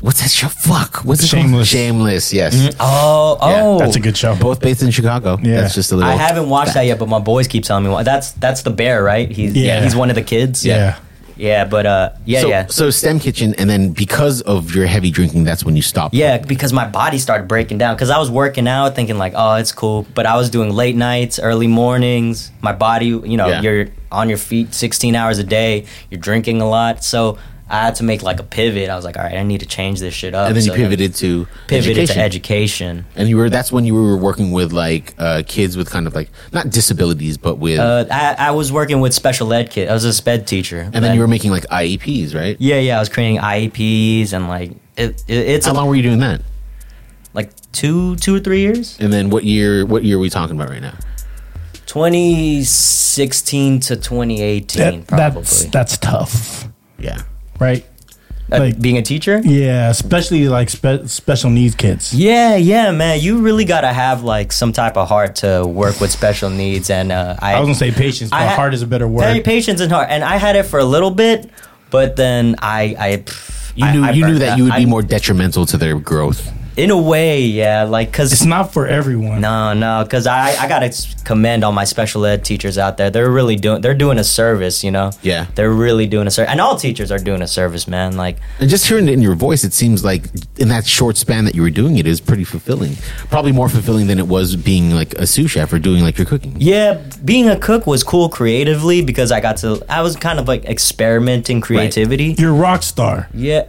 B: what's that show? Fuck, what's it Called?
A: Shameless.
B: Shameless. Yes,
C: Oh,
B: Yeah,
C: oh,
A: That's a good show.
B: both based in Chicago.
A: Yeah.
B: that's just a little.
C: I haven't watched that yet, but my boys keep telling me why. that's that's the bear, right? He's
A: Yeah.
C: he's one of the kids.
A: Yeah.
C: yeah, but uh, yeah,
B: so,
C: yeah,
B: So STEM kitchen, and then because of your heavy drinking, that's when you stopped.
C: Yeah, because my body started breaking down. Because I was working out, thinking like, oh, it's cool, but I was doing late nights, early mornings. My body, you know,
B: Yeah.
C: you're on your feet 16 hours a day. You're drinking a lot, so I had to make like a pivot. I was like, all right, I need to change this shit up.
B: and then you
C: So
B: pivoted to
C: pivoted
B: education.
C: to education.
B: and you were that's when you were working with like uh, kids with kind of like not disabilities, but with.
C: Uh, I, I was working with special ed kids. I was a sped teacher,
B: and then you were making like IEPs, right?
C: yeah, yeah. I was creating IEPs and like it, it, it's
B: How
C: a,
B: long were you doing that?
C: like two, two or three years.
B: And then what year? What year are we talking about right now?
C: 2016 to 2018,
A: That-
C: probably.
A: that's that's tough,
B: Yeah.
A: right?
C: Uh,
A: like-
C: being a teacher.
A: Yeah, especially like spe- special needs kids.
C: Yeah, yeah, man. You really gotta have like some type of heart to work with special needs, and uh, I,
A: I was gonna say patience, but
C: I ha-
A: heart is a better word.
C: Very patience and heart, and I had it for a little bit, but then I, I, pff,
B: You
C: I-
B: knew
C: I
B: you knew
C: burnt
B: that
C: out.
B: you would be
C: I-
B: more detrimental to their growth.
C: in a way, yeah, like
A: it's
C: cause.
A: not for everyone.
C: No, no, because I, I gotta s- commend all my special ed teachers out there. They're really doing they're doing a service, you know.
B: Yeah.
C: they're really doing a service, and all teachers are doing a service, man. Like
B: And just hearing it in your voice, it seems like in that short span that you were doing it is pretty fulfilling. Probably more fulfilling than it was being like a sous chef or doing like your cooking.
C: Yeah, being a cook was cool creatively because I got to I was kind of like experimenting creativity.
A: You're a rock star.
C: Yeah,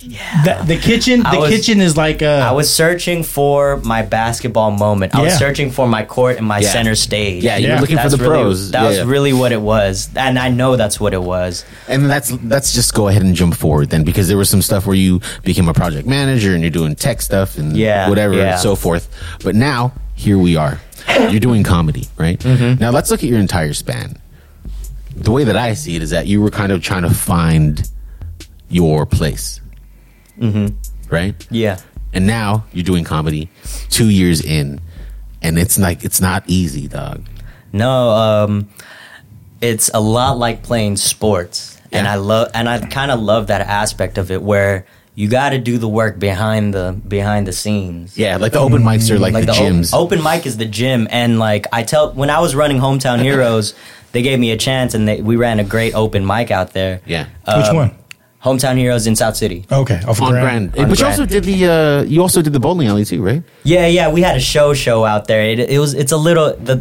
A: The, the kitchen,
C: I
A: the
C: was-
A: kitchen is like uh, a.
C: I was searching for my basketball moment. I was
A: Yeah.
C: searching for my court and my
B: Yeah.
C: center stage.
B: Yeah, you
A: Yeah.
B: were looking for
C: That's
B: the
C: really-
B: pros.
C: That
B: Yeah,
C: was
B: yeah.
C: really what it was, and I know that's what it was.
B: And that's that's just go ahead and jump forward then, because there was some stuff where you became a project manager and you're doing tech stuff and
C: Yeah,
B: whatever
C: yeah.
B: and so forth. But now here we are. You're doing comedy, right? Now let's look at your entire span. The way that I see it is that you were kind of trying to find your place, mm-hmm. right?
C: Yeah,
B: And now you're doing comedy, two years in, and it's like it's not easy, dog.
C: no, um, it's a lot like playing sports, and
B: Yeah.
C: I love and I kind of love that aspect of it where you got to do the work behind the behind the scenes.
B: Yeah, like the open mics are like, the, oh.
C: op-
B: gyms.
C: open mic is the gym, and like I tell when I was running Hometown Heroes, they gave me a chance, and they, we ran a great open mic out there.
B: yeah.
C: uh,
A: Which one?
C: Hometown Heroes in South City.
A: Okay, off
B: on
A: Grand.
B: brand.
C: On
B: but you
C: brand.
B: also did the uh, you also did the bowling alley too, right?
C: Yeah, yeah, we had a show show out there. It, it was it's a little the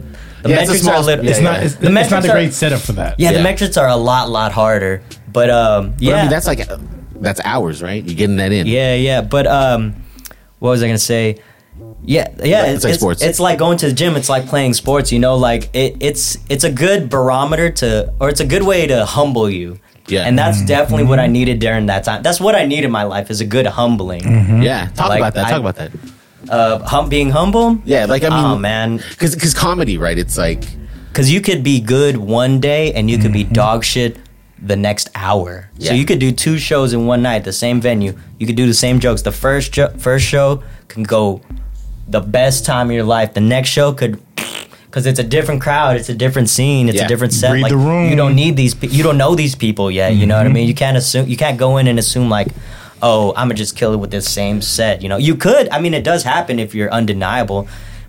C: the
B: Yeah, it's a
C: metrics are
B: small-
C: a little
B: yeah,
A: It's not. It's,
C: the
A: it's not
C: metrics
A: a
C: are-
A: great setup for that.
C: yeah,
B: Yeah.
C: the metrics are a lot lot harder, but um yeah
B: But, I mean, that's like uh, that's hours, right? You're getting that in.
C: yeah yeah but um what was I gonna say. Yeah, yeah,
B: It's like sports.
C: It's like going to the gym. It's like playing sports. You know, like it, it's it's a good barometer to, or it's a good way to humble you
B: Yeah.
C: and that's definitely what I needed during that time. That's what I need in my life is a good humbling.
A: Mm-hmm.
B: Yeah, talk
C: Like,
B: about that.
C: I-
B: talk about that.
C: Uh, hum- being humble.
B: Yeah, like I mean,
C: oh man,
B: because because comedy, right? It's like
A: Mm-hmm.
C: because you could be good one day and you could be dog shit the next hour.
B: Yeah.
C: So you could do two shows in one night, the same venue. You could do the same jokes. The first jo- first show can go the best time of your life. The next show could. Because it's a different crowd, it's a different scene, it's
B: Yeah.
C: a different set.
A: Read
C: like
A: the room.
C: you don't need these, pe- you don't know these people yet. You
A: Mm-hmm.
C: know what I mean? You can't assume, you can't go in and assume like, oh, I'm gonna just kill it with this same set. You know, you could. I mean, it does happen if you're undeniable,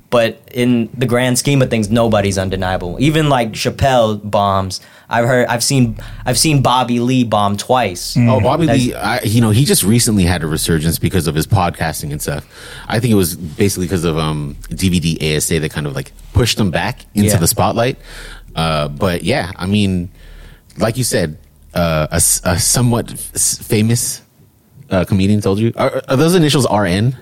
C: but in the grand scheme of things, nobody's undeniable. Even like Chappelle bombs. I've heard, I've seen, I've seen Bobby Lee bomb twice.
A: Mm.
B: oh, Bobby
C: That's-
B: Lee. I, you know, he just recently had a resurgence because of his podcasting and stuff. I think it was basically because of um DVD ASA that kind of like pushed him back into
C: Yeah.
B: the spotlight. Uh, but yeah, I mean, like you said, uh, a, s- a somewhat s- famous uh, comedian told you. Are, are those initials RN?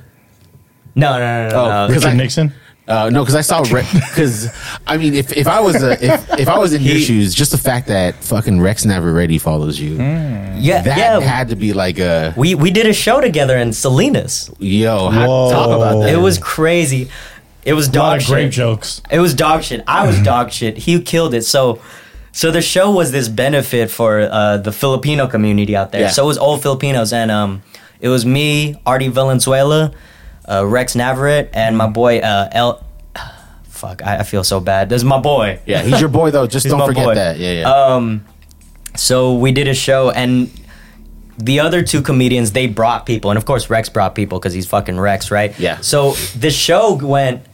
C: No, no, no, no. no.
B: Because
A: Richard
B: I-
A: Nixon.
B: Uh, no, because I saw because I mean, if, if I was a, if, if I was in your shoes, just the fact that fucking Rex Never Ready follows you,
C: yeah,
B: that
C: Mm. yeah.
B: had to be like a
C: we we did a show together in Salinas.
B: yo. How,
A: Whoa.
B: talk about that.
C: It was crazy. It was
A: A lot
C: dog
A: of
C: shit.
A: great jokes.
C: It was dog shit. I
A: Mm-hmm.
C: was dog shit. He killed it. So, so the show was this benefit for uh, the Filipino community out there.
B: Yeah.
C: So it was old Filipinos, and um, it was me, Artie Valenzuela, uh, Rex Navarrete, and my boy uh, El. Fuck, I, I feel so bad. This is my boy.
B: yeah. He's your boy though. Just
C: He's
B: don't
C: my
B: forget
C: boy. Uh,
B: that. Yeah, yeah.
C: So we did a show, and the other two comedians they brought people, and of course Rex brought people because he's fucking Rex, right?
B: Yeah.
C: So the show went.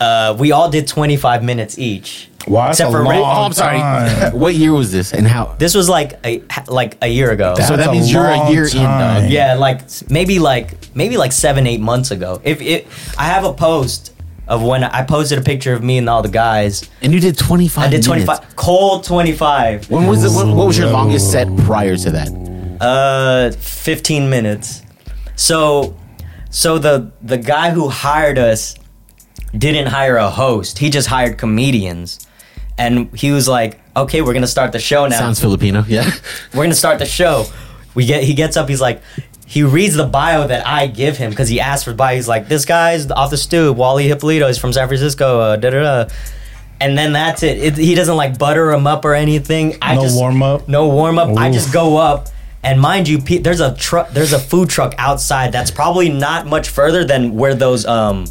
C: Uh, we all did 25 minutes each.
A: Wow, that's
C: Except
A: a
C: for
A: long
C: Rick-
B: oh, I'm sorry.
A: time.
B: what year was this and how?
C: This was like a like a year ago.
A: That's
B: so that
A: a
B: means you're a
A: long
B: year in. uh,
A: time.
B: Dog.
C: yeah, like s- maybe like maybe like seven eight months ago. If it, I have a post of when I posted a picture of me and all the guys.
B: And you did 25.
C: I did twenty
B: minutes.
C: five cold twenty five.
B: When was the, what, what was your longest set prior to that?
C: Uh, fifteen minutes. So, so the the guy who hired us didn't hire a host. He just hired comedians, and he was like, "Okay, we're gonna start the show now."
B: Sounds Filipino. Yeah.
C: we're gonna start the show. We get he gets up, he's like, he reads the bio that I give him because he asked for the bio. He's like, this guy's off the stoop, Wally Hippolito, he's from San Francisco, uh, da da da. And then that's it. it. He doesn't like butter him up or anything. I
A: No
C: just,
A: warm-up?
C: No warm up. I
A: Oof.
C: just go up, and mind you, pe- there's a truck. There's a food truck outside. That's probably not much further than where those um,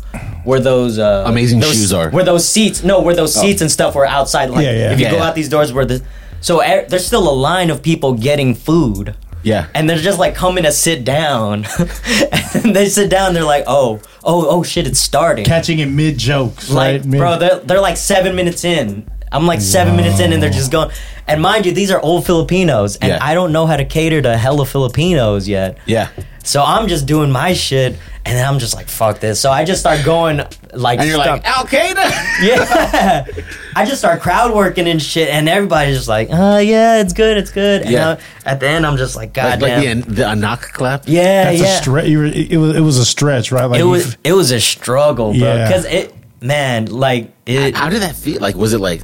C: where those uh,
B: Amazing
C: those-
B: shoes are. Oh.
C: Where those seats? No, where those seats and stuff were outside. Like
A: Yeah, yeah.
C: if you
B: Yeah,
C: go
B: yeah.
C: out these doors where the so e- there's still a line of people getting food.
B: Yeah.
C: And they're just like coming to sit down. and they sit down, they're like, oh, oh, oh shit, it's starting.
A: Catching it mid jokes,
C: like,
A: right? Mid-
C: bro, they're, they're like seven minutes in. I'm like seven minutes in and they're just going. And mind you, these are old Filipinos and
B: Yeah.
C: I don't know how to cater to hella Filipinos yet.
B: Yeah.
C: So I'm just doing my shit and then I'm just like, fuck this. So I just start going like,
B: And you're
C: stuff-
B: like Al Qaeda.
C: yeah. I just start crowd working and shit, and everybody's just like, "Oh yeah, it's good, it's good." And
B: Yeah.
C: uh, at the end, I'm just like, "God
B: like, like
C: damn."
B: the, the Anak clap.
C: yeah,
A: That's
C: yeah.
A: a stretch. It was it was a stretch, right? Like
C: it
A: you
C: was it was a struggle, bro.
A: Yeah.
C: Because it, man, like it,
B: How did that feel? Like, was it like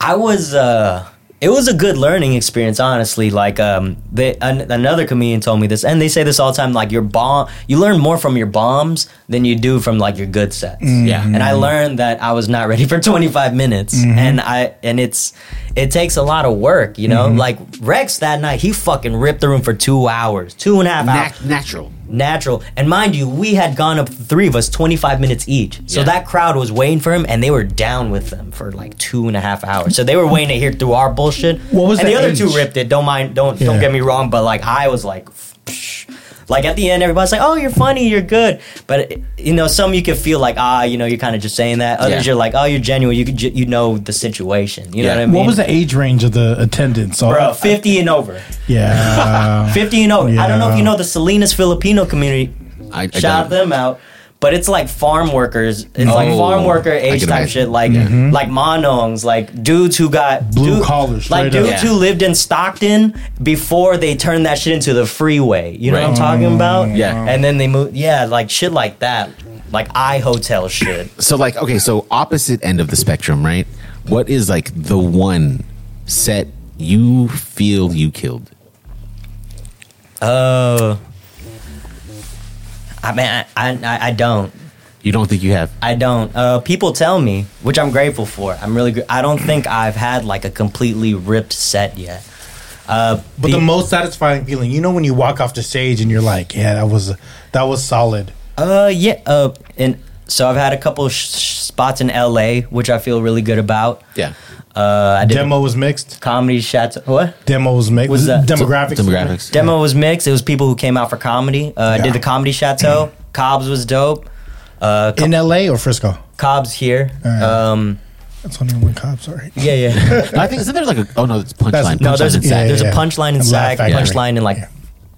C: I was uh it was a good learning experience honestly like um they an, another comedian told me this and they say this all the time like your bomb you learn more from your bombs than you do from like your good sets
B: Yeah.
C: and I learned that I was not ready for 25 minutes and I and it's it takes a lot of work you know like Rex that night he fucking ripped the room for two hours two and a half hours
B: nat- natural?
C: natural. And mind you, we had gone up three of us, 25 minutes each. So
B: Yeah.
C: that crowd was waiting for him, and they were down with them for like two and a half hours. So they were waiting to hear through our bullshit.
A: What was
C: and the
A: the
C: other
A: age?
C: two ripped it. Don't mind. Don't don't
A: Yeah.
C: get me wrong, but like I was like. psh. Like at the end, everybody's like, "Oh, you're funny, you're good," but you know, some you can feel like, ah, you know, you're kind of just saying that. Others,
B: Yeah.
C: you're like, "Oh, you're genuine. You could ju- you know the situation. You
B: Yeah.
C: know what I mean?"
A: what was the age range of the attendance? So-
C: bro? Fifty and over.
A: Yeah.
C: 50 and over. I don't know if
A: Yeah.
C: you know the Salinas Filipino community.
B: I- I
C: Shout
B: don't.
C: them out. But it's like farm workers. It's like
B: Oh,
C: farm worker
B: I
C: age
B: can
C: type
B: imagine.
C: shit. Like like manongs, like dudes who got
A: Mm-hmm. Blue
C: dude-
A: collar,
C: Like
A: straight up.
C: dudes who lived in Stockton before they turned that shit into the freeway. You know
B: Right.
C: what I'm
B: Mm-hmm.
C: talking about?
B: Yeah.
C: And then they moved. Yeah, like shit like that. Like I hotel shit.
B: So like okay, so opposite end of the spectrum, right? What is like the one set you feel you killed it?
C: Oh. I mean, I, I, I don't.
B: You don't think you have?
C: I don't. Uh, people tell me, which I'm grateful for. I'm really. Gr- I don't think I've had like a completely ripped set yet. Uh,
A: But
C: pe-
A: the most satisfying feeling, you know, when you walk off the stage and you're like, "Yeah, that was that was solid."
C: Uh, yeah. Uh, and so I've had a couple sh- sh- spots in LA, which I feel really good about.
B: Yeah.
C: Uh, I did
A: Demo was mixed.
C: comedy shots. What?
A: Demo was mixed.
C: Was that-
A: demographics?
B: Demographics.
C: Demo was mixed. It was people who came out for comedy. Uh, I
A: Yeah.
C: did the comedy chateau. Cobb's was dope. Uh, Co-
A: in L.A. or Frisco?
C: Cobb's here.
A: Alright.
C: Um,
A: That's only one cop. Sorry.
C: yeah, yeah.
B: I think isn't there like a oh no it's
A: That's-
B: punchline.
C: no, there's a,
B: Punchline inside.
A: yeah,
C: there's
A: yeah.
C: a punchline in
A: Laugh
C: Sac,
A: Factory.
C: punchline in like
A: Yeah.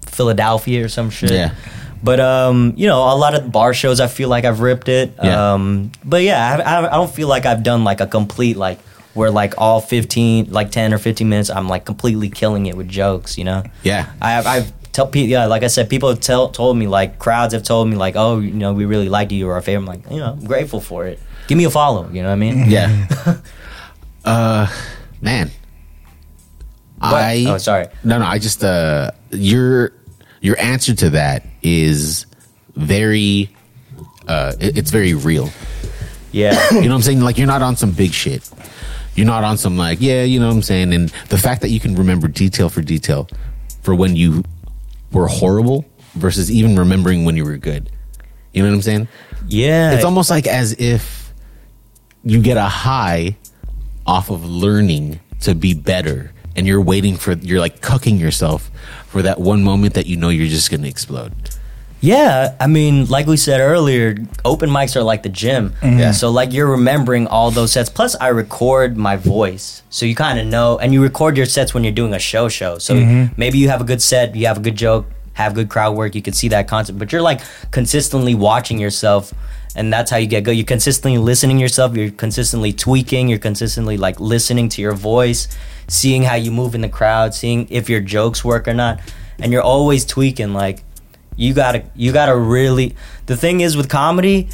C: Philadelphia or some shit.
B: Yeah.
C: But um, you know, a lot of bar shows, I feel like I've ripped it.
B: Yeah.
C: Um, but yeah, I, I, I don't feel like I've done like a complete like where like all fifteen, like ten or fifteen minutes, I'm like completely killing it with jokes. You know?
B: Yeah.
C: I, I've tell people, yeah, like I said, people have tell, told me, like crowds have told me, like, oh, you know, we really liked you, or our favorite. I'm like, you know, I'm grateful for it. Give me a follow. You know what I mean?
B: Yeah. uh, man. I
C: oh, sorry.
B: No, no. I just uh, your your answer to that is very. Uh, it- it's very real.
C: Yeah.
B: You know what I'm saying? Like you're not on some big shit. You're not on some like yeah. You know what I'm saying? And the fact that you can remember detail for detail for when you were horrible versus even remembering when you were good. You know what I'm saying?
C: yeah.
B: it's almost like as if you get a high off of learning to be better and you're waiting for you're like cucking yourself for that one moment that you know you're just gonna explode
C: Yeah, I mean, like we said earlier, open mics are like the gym. Yeah. So like you're remembering all those sets. Plus, I record my voice, so you kind of know, and you record your sets when you're doing a show show. So maybe you have a good set, you have a good joke, have good crowd work, you can see that concept, but you're like consistently watching yourself. And that's how you get good. You're consistently listening yourself. You're consistently tweaking. You're consistently like listening to your voice, seeing how you move in the crowd, seeing if your jokes work or not. And you're always tweaking. Like you gotta you gotta really the thing is with comedy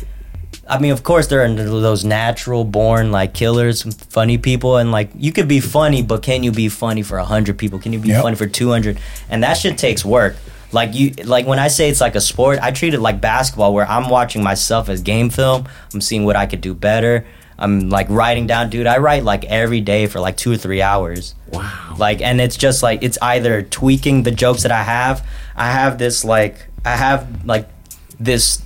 C: i mean of course there are those natural born like killers funny people and like you could be funny but can you be funny for 100 people can you be
A: Yep.
C: funny for 200 and that shit takes work like you like when i say it's like a sport i treat it like basketball where i'm watching myself as game film i'm seeing what i could do better i'm like writing down dude i write like every day for like two or three hours
B: wow
C: like and it's just like it's either tweaking the jokes that i have i have this like i have like this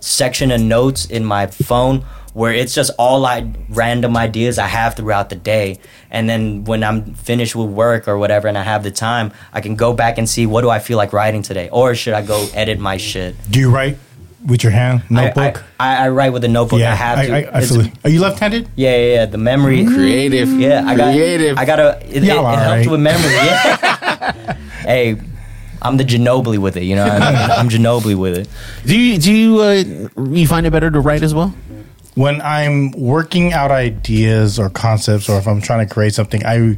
C: section of notes in my phone where it's just all i random ideas i have throughout the day and then when i'm finished with work or whatever and i have the time i can go back and see what do i feel like writing today or should i go edit my shit
A: Do you write with your hand?
C: I-
A: Notebook.
C: I, I, I write with a notebook i have to
A: I, I
C: It's-
A: feel it. Are you left-handed?
C: yeah, yeah yeah the memory
B: Mm. creative
C: yeah, I got
B: creative
C: I got to It, it,
A: Y'all
C: it
A: all
C: helped
A: right.
C: with memory. Yeah. hey, I'm the Ginobili with it. You know, what I mean? I'm Ginobili with it.
B: do you do you uh, you find it better to write as well
A: when I'm working out ideas or concepts, or if I'm trying to create something, I,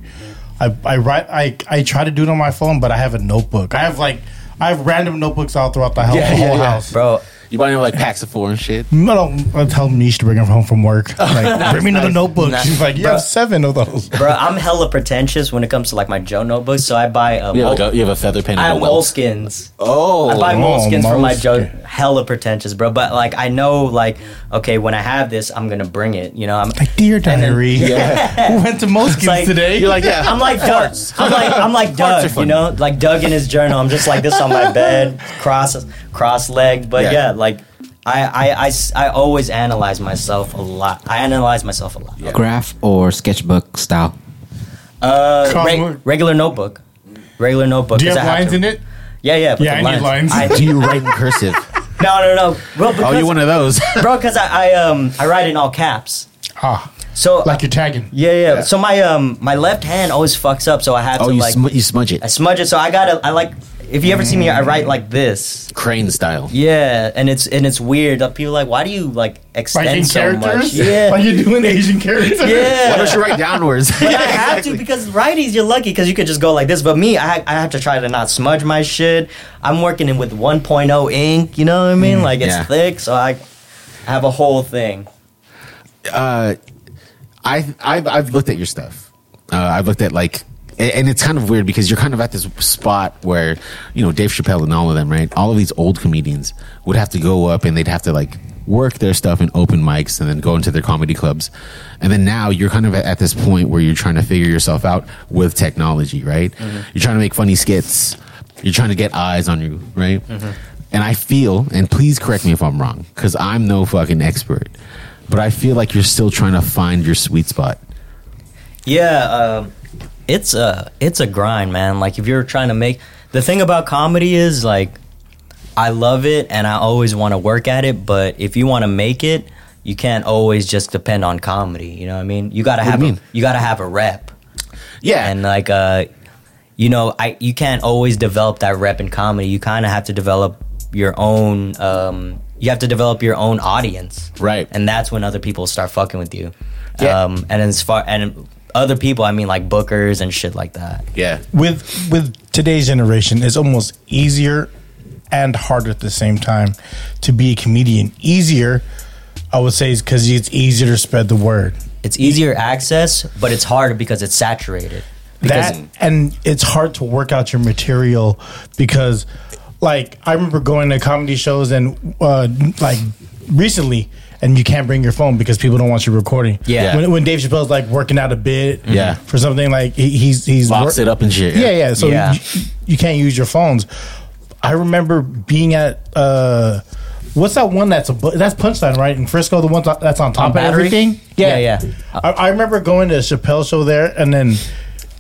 A: I, I write, I, I try to do it on my phone, but I have a notebook. I have like, I have random notebooks all throughout the house, the whole house.
C: bro.
B: you buy them like packs of four and shit
A: No, no, I tell Nish to bring them home from work. Like, bring me another notebook.
C: Nice.
A: She's like, you
C: Bruh.
A: have seven of those.
C: Bro, I'm hella pretentious when it comes to like my Joe notebook. So I buy um,
B: you
C: mol-
B: have, like a, you have a feather pen and
C: I
B: a
C: have
B: Wells.
C: moleskins.
B: oh
C: I buy
A: Oh,
C: moleskins for my Joe.
A: Moleskine.
C: Hella pretentious, bro. But like I know, like okay, when I have this, I'm gonna bring it. You know, I'm
A: Like, dear
C: then-
A: diary, who went to Moskins
C: like-
A: today?
B: you're like yeah
C: I'm like Doug. I'm like I'm like
B: are
C: Doug, you
B: funny.
C: know, like Doug in his journal. I'm just like this on my bed, cross cross legged. But
B: Yeah.
C: yeah, like I, I I s- I always analyze myself a lot. I analyze myself a lot.
D: Graph or sketchbook style?
C: Uh,
A: Come
C: reg-
A: on.
C: regular notebook, regular notebook.
A: do you
C: 'cause
A: have
C: I
A: lines
C: to-
A: in it?
C: Yeah, yeah. but
A: Yeah,
C: the
A: I need lines.
C: I,
B: do you write in cursive
C: no, no, no. Well, because,
B: oh you one of those
C: bro, because I, I um I write in all caps.
A: Ah,
C: So
A: like you're tagging.
C: yeah, yeah, So my um my left hand always fucks up, so I have
B: oh
C: to
B: you,
C: like
B: sm- you smudge it
C: I smudge it. So I gotta I like if you ever see me, I write like this.
B: crane style
C: Yeah, and it's and it's weird. Like, people are like, why do you like extend
A: Like in
C: so much?
A: characters?
C: Yeah,
A: Like you're doing Asian characters?
B: why
C: yeah.
B: don't you write downwards
C: But I have to because righties, you're lucky because you could just go like this. But me, I, I have to try to not smudge my shit. I'm working in with 1.0 ink. You know what I mean? like it's
B: yeah.
C: thick, so I, I have a whole thing.
B: I Uh, I've, I've looked at your stuff. Uh, I've looked at like a- and it's kind of weird because you're kind of at this spot where you know Dave Chappelle and all of them, right? All of these old comedians would have to go up and they'd have to like work their stuff in open mics and then go into their comedy clubs. And then now you're kind of at- at this point where you're trying to figure yourself out with technology, right? You're trying to make funny skits. You're trying to get eyes on you, right? And I feel, and please correct me if I'm wrong, because I'm no fucking expert, but I feel like you're still trying to find your sweet spot.
C: Yeah, um it's a it's a grind, man. Like if you're trying to make the thing about comedy is like I love it and I always want to work at it, but if you want to make it, you can't always just depend on comedy. You know what I mean? You gotta
B: What do
C: have
B: you
C: a-
B: mean?
C: you gotta have a rep.
B: Yeah.
C: and like uh you know i you can't always develop that rep in comedy you kind of have to develop your own um you have to develop your own audience
B: Right.
C: and that's when other people start fucking with you
B: Yeah.
C: um and as far and other people i mean like bookers and shit like that
B: yeah.
A: with with today's generation it's almost easier and harder at the same time to be a comedian easier i would say is because it's easier to spread the word
C: it's easier access but it's harder because it's saturated
A: that and it's hard to work out your material because like i remember going to comedy shows and uh, like recently and you can't bring your phone because people don't want you recording.
C: Yeah.
A: When, when Dave Chappelle's like working out a bit,
B: Yeah.
A: for something like he, he's he's
B: Locks
A: wor-
B: it up and shit.
A: Yeah, yeah. So
C: Yeah.
A: You, you can't use your phones. I remember being at uh, what's that one that's a bu- that's punchline right in Frisco, the one tha- that's on top of
C: Battery?
A: everything.
C: Yeah, yeah.
A: I, I remember going to a Chappelle show there, and then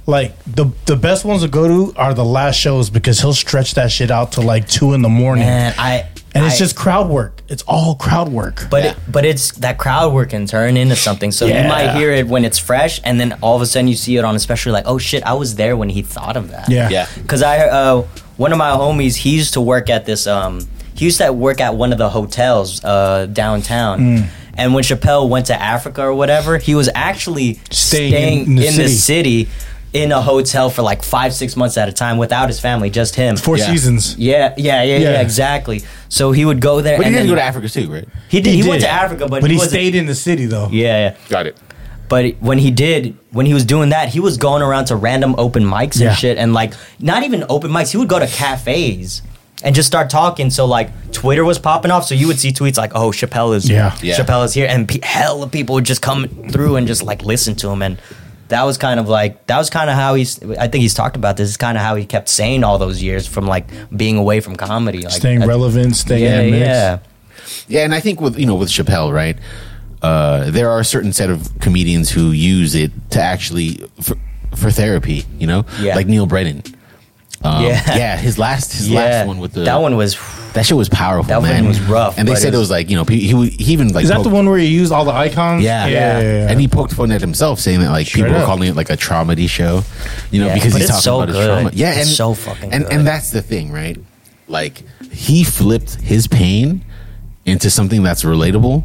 A: like the the best ones to go to are the last shows because he'll stretch that shit out to like two in the morning,
C: and i
A: and it's
C: I-
A: just crowd work. It's all crowd work.
C: But it, but it's that crowd work can turn into something. So you
A: Yeah.
C: might hear it when it's fresh, and then all of a sudden you see it on especially like, oh shit, I was there when he thought of that.
A: yeah,
B: Yeah.
C: Because I uh, one of my homies, he used to work at this. Um, he used to work at one of the hotels uh, downtown.
A: Hmm.
C: And when Chappelle went to Africa or whatever, he was actually
A: Staying
C: staying
A: in
C: in,
A: the
C: the, city. in a hotel for like five six months at a time without his family, just him.
A: Four
B: Yeah.
A: seasons.
C: yeah, yeah, yeah,
A: Yeah.
C: yeah, exactly. So he would go there.
B: But he
C: and
B: didn't go
C: then-
B: to Africa too, right?
C: He did. He, went
A: did.
C: to Africa, but,
A: But he
C: wasn't-
A: stayed in the city though.
C: Yeah, yeah.
B: Got it.
C: But when he did, when he was doing that, he was going around to random open mics and
A: Yeah.
C: shit, and like not even open mics. He would go to cafes and just start talking. So like Twitter was popping off, so you would see tweets like, "Oh, Chappelle is
A: Yeah.
B: Yeah.
C: Chappelle is here," and pe- hell of people would just come through and just like listen to him and. That was kind of like that was kind of how he's. I think he's talked about this. It's kind of how he kept saying all those years from like being away from comedy, like
A: Staying
C: uh,
A: relevant, staying
C: Yeah,
A: in the mix.
C: yeah.
B: Yeah, and I think with you know with Chappelle, right? Uh, there are a certain set of comedians who use it to actually for, for therapy. You know,
C: Yeah.
B: like Neil Brennan. Um,
C: Yeah.
B: yeah, His last his last one with the
C: that one was
B: that shit was powerful.
C: That one
B: man.
C: was rough,
B: and they
C: but
B: said it
C: it
B: was
C: was-
B: like you know he, he, he even like
A: Is that the
B: poked-
A: one where you use all the icons?
B: Yeah.
A: yeah, yeah, yeah.
B: And he poked fun at himself, saying that like people
A: up.
B: were calling it like a traumedy show, you know,
C: Yeah,
B: because
C: but
B: he's
C: it's
B: talking
C: so
B: about his
C: good.
B: trauma. Yeah, and
C: It's so fucking
B: and
C: good.
B: and that's the thing, right? Like he flipped his pain into something that's relatable,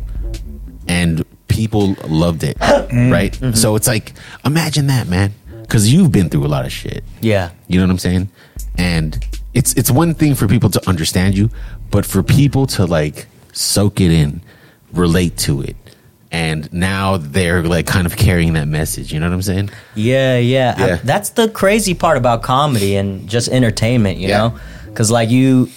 B: and people loved it,
C: Mm-hmm.
B: right? So it's like imagine that, man, because you've been through a lot of shit.
C: yeah.
B: You know what I'm saying? And it's it's one thing for people to understand you, but for people to like soak it in, relate to it. And now they're like kind of carrying that message, you know what I'm saying?
C: Yeah, yeah. I-
B: Yeah.
C: that's the crazy part about comedy and just entertainment, you
B: Yeah.
C: know? Because, like, you.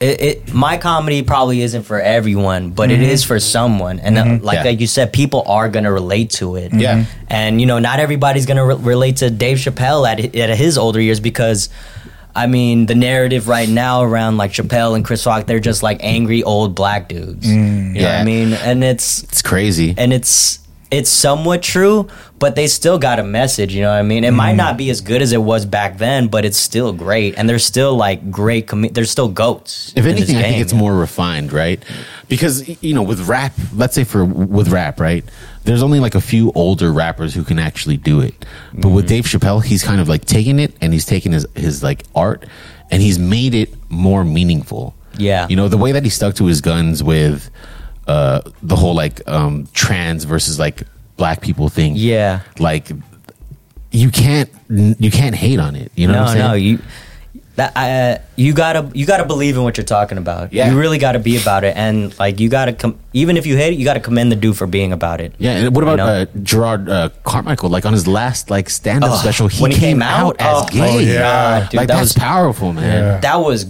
C: It, it, my comedy probably isn't for everyone, but it is for someone, and uh, like
B: Yeah.
C: like you said, people are gonna relate to it.
B: Yeah. Mhm.
C: and you know, not everybody's gonna re- relate to Dave Chappelle at hi- at his older years because, I mean, the narrative right now around like Chappelle and Chris Rock, they're just like angry old black dudes. you know what I
B: Yeah.
C: mean? And it's
B: It's crazy.
C: and it's it's somewhat true, but they still got a message, you know what I mean? It
B: Mm-hmm.
C: might not be as good as it was back then, but it's still great. And they're still like great com- they're still goats.
B: if
C: in this
B: anything, I think
C: game.
B: it's more refined, right? Because y- you know, with rap, let's say for with rap, right? There's only like a few older rappers who can actually do it. But
C: Mm.
B: with Dave Chappelle, he's kind of like taking it and he's taking his his like art and he's made it more meaningful.
C: Yeah.
B: You know, the way that he stuck to his guns with uh the whole like um trans versus like black people thing.
C: Yeah.
B: Like you can't you can't hate on it. You know what
C: No,
B: I'm saying?
C: no, you that uh, you gotta you gotta believe in what you're talking about.
B: Yeah.
C: You really gotta be about it, and like you gotta com- even if you hate it, you gotta commend the dude for being about it.
B: Yeah, and what
C: I
B: about
C: know.
B: uh, Gerard uh, Carmichael? Like on his last like stand up
C: Oh,
B: special, he,
C: when he
B: came
C: came
B: out,
C: out?
B: as
C: Oh,
B: gay.
C: oh, yeah. Dude,
B: like
C: that
B: that's
C: was-
B: powerful, man.
C: that was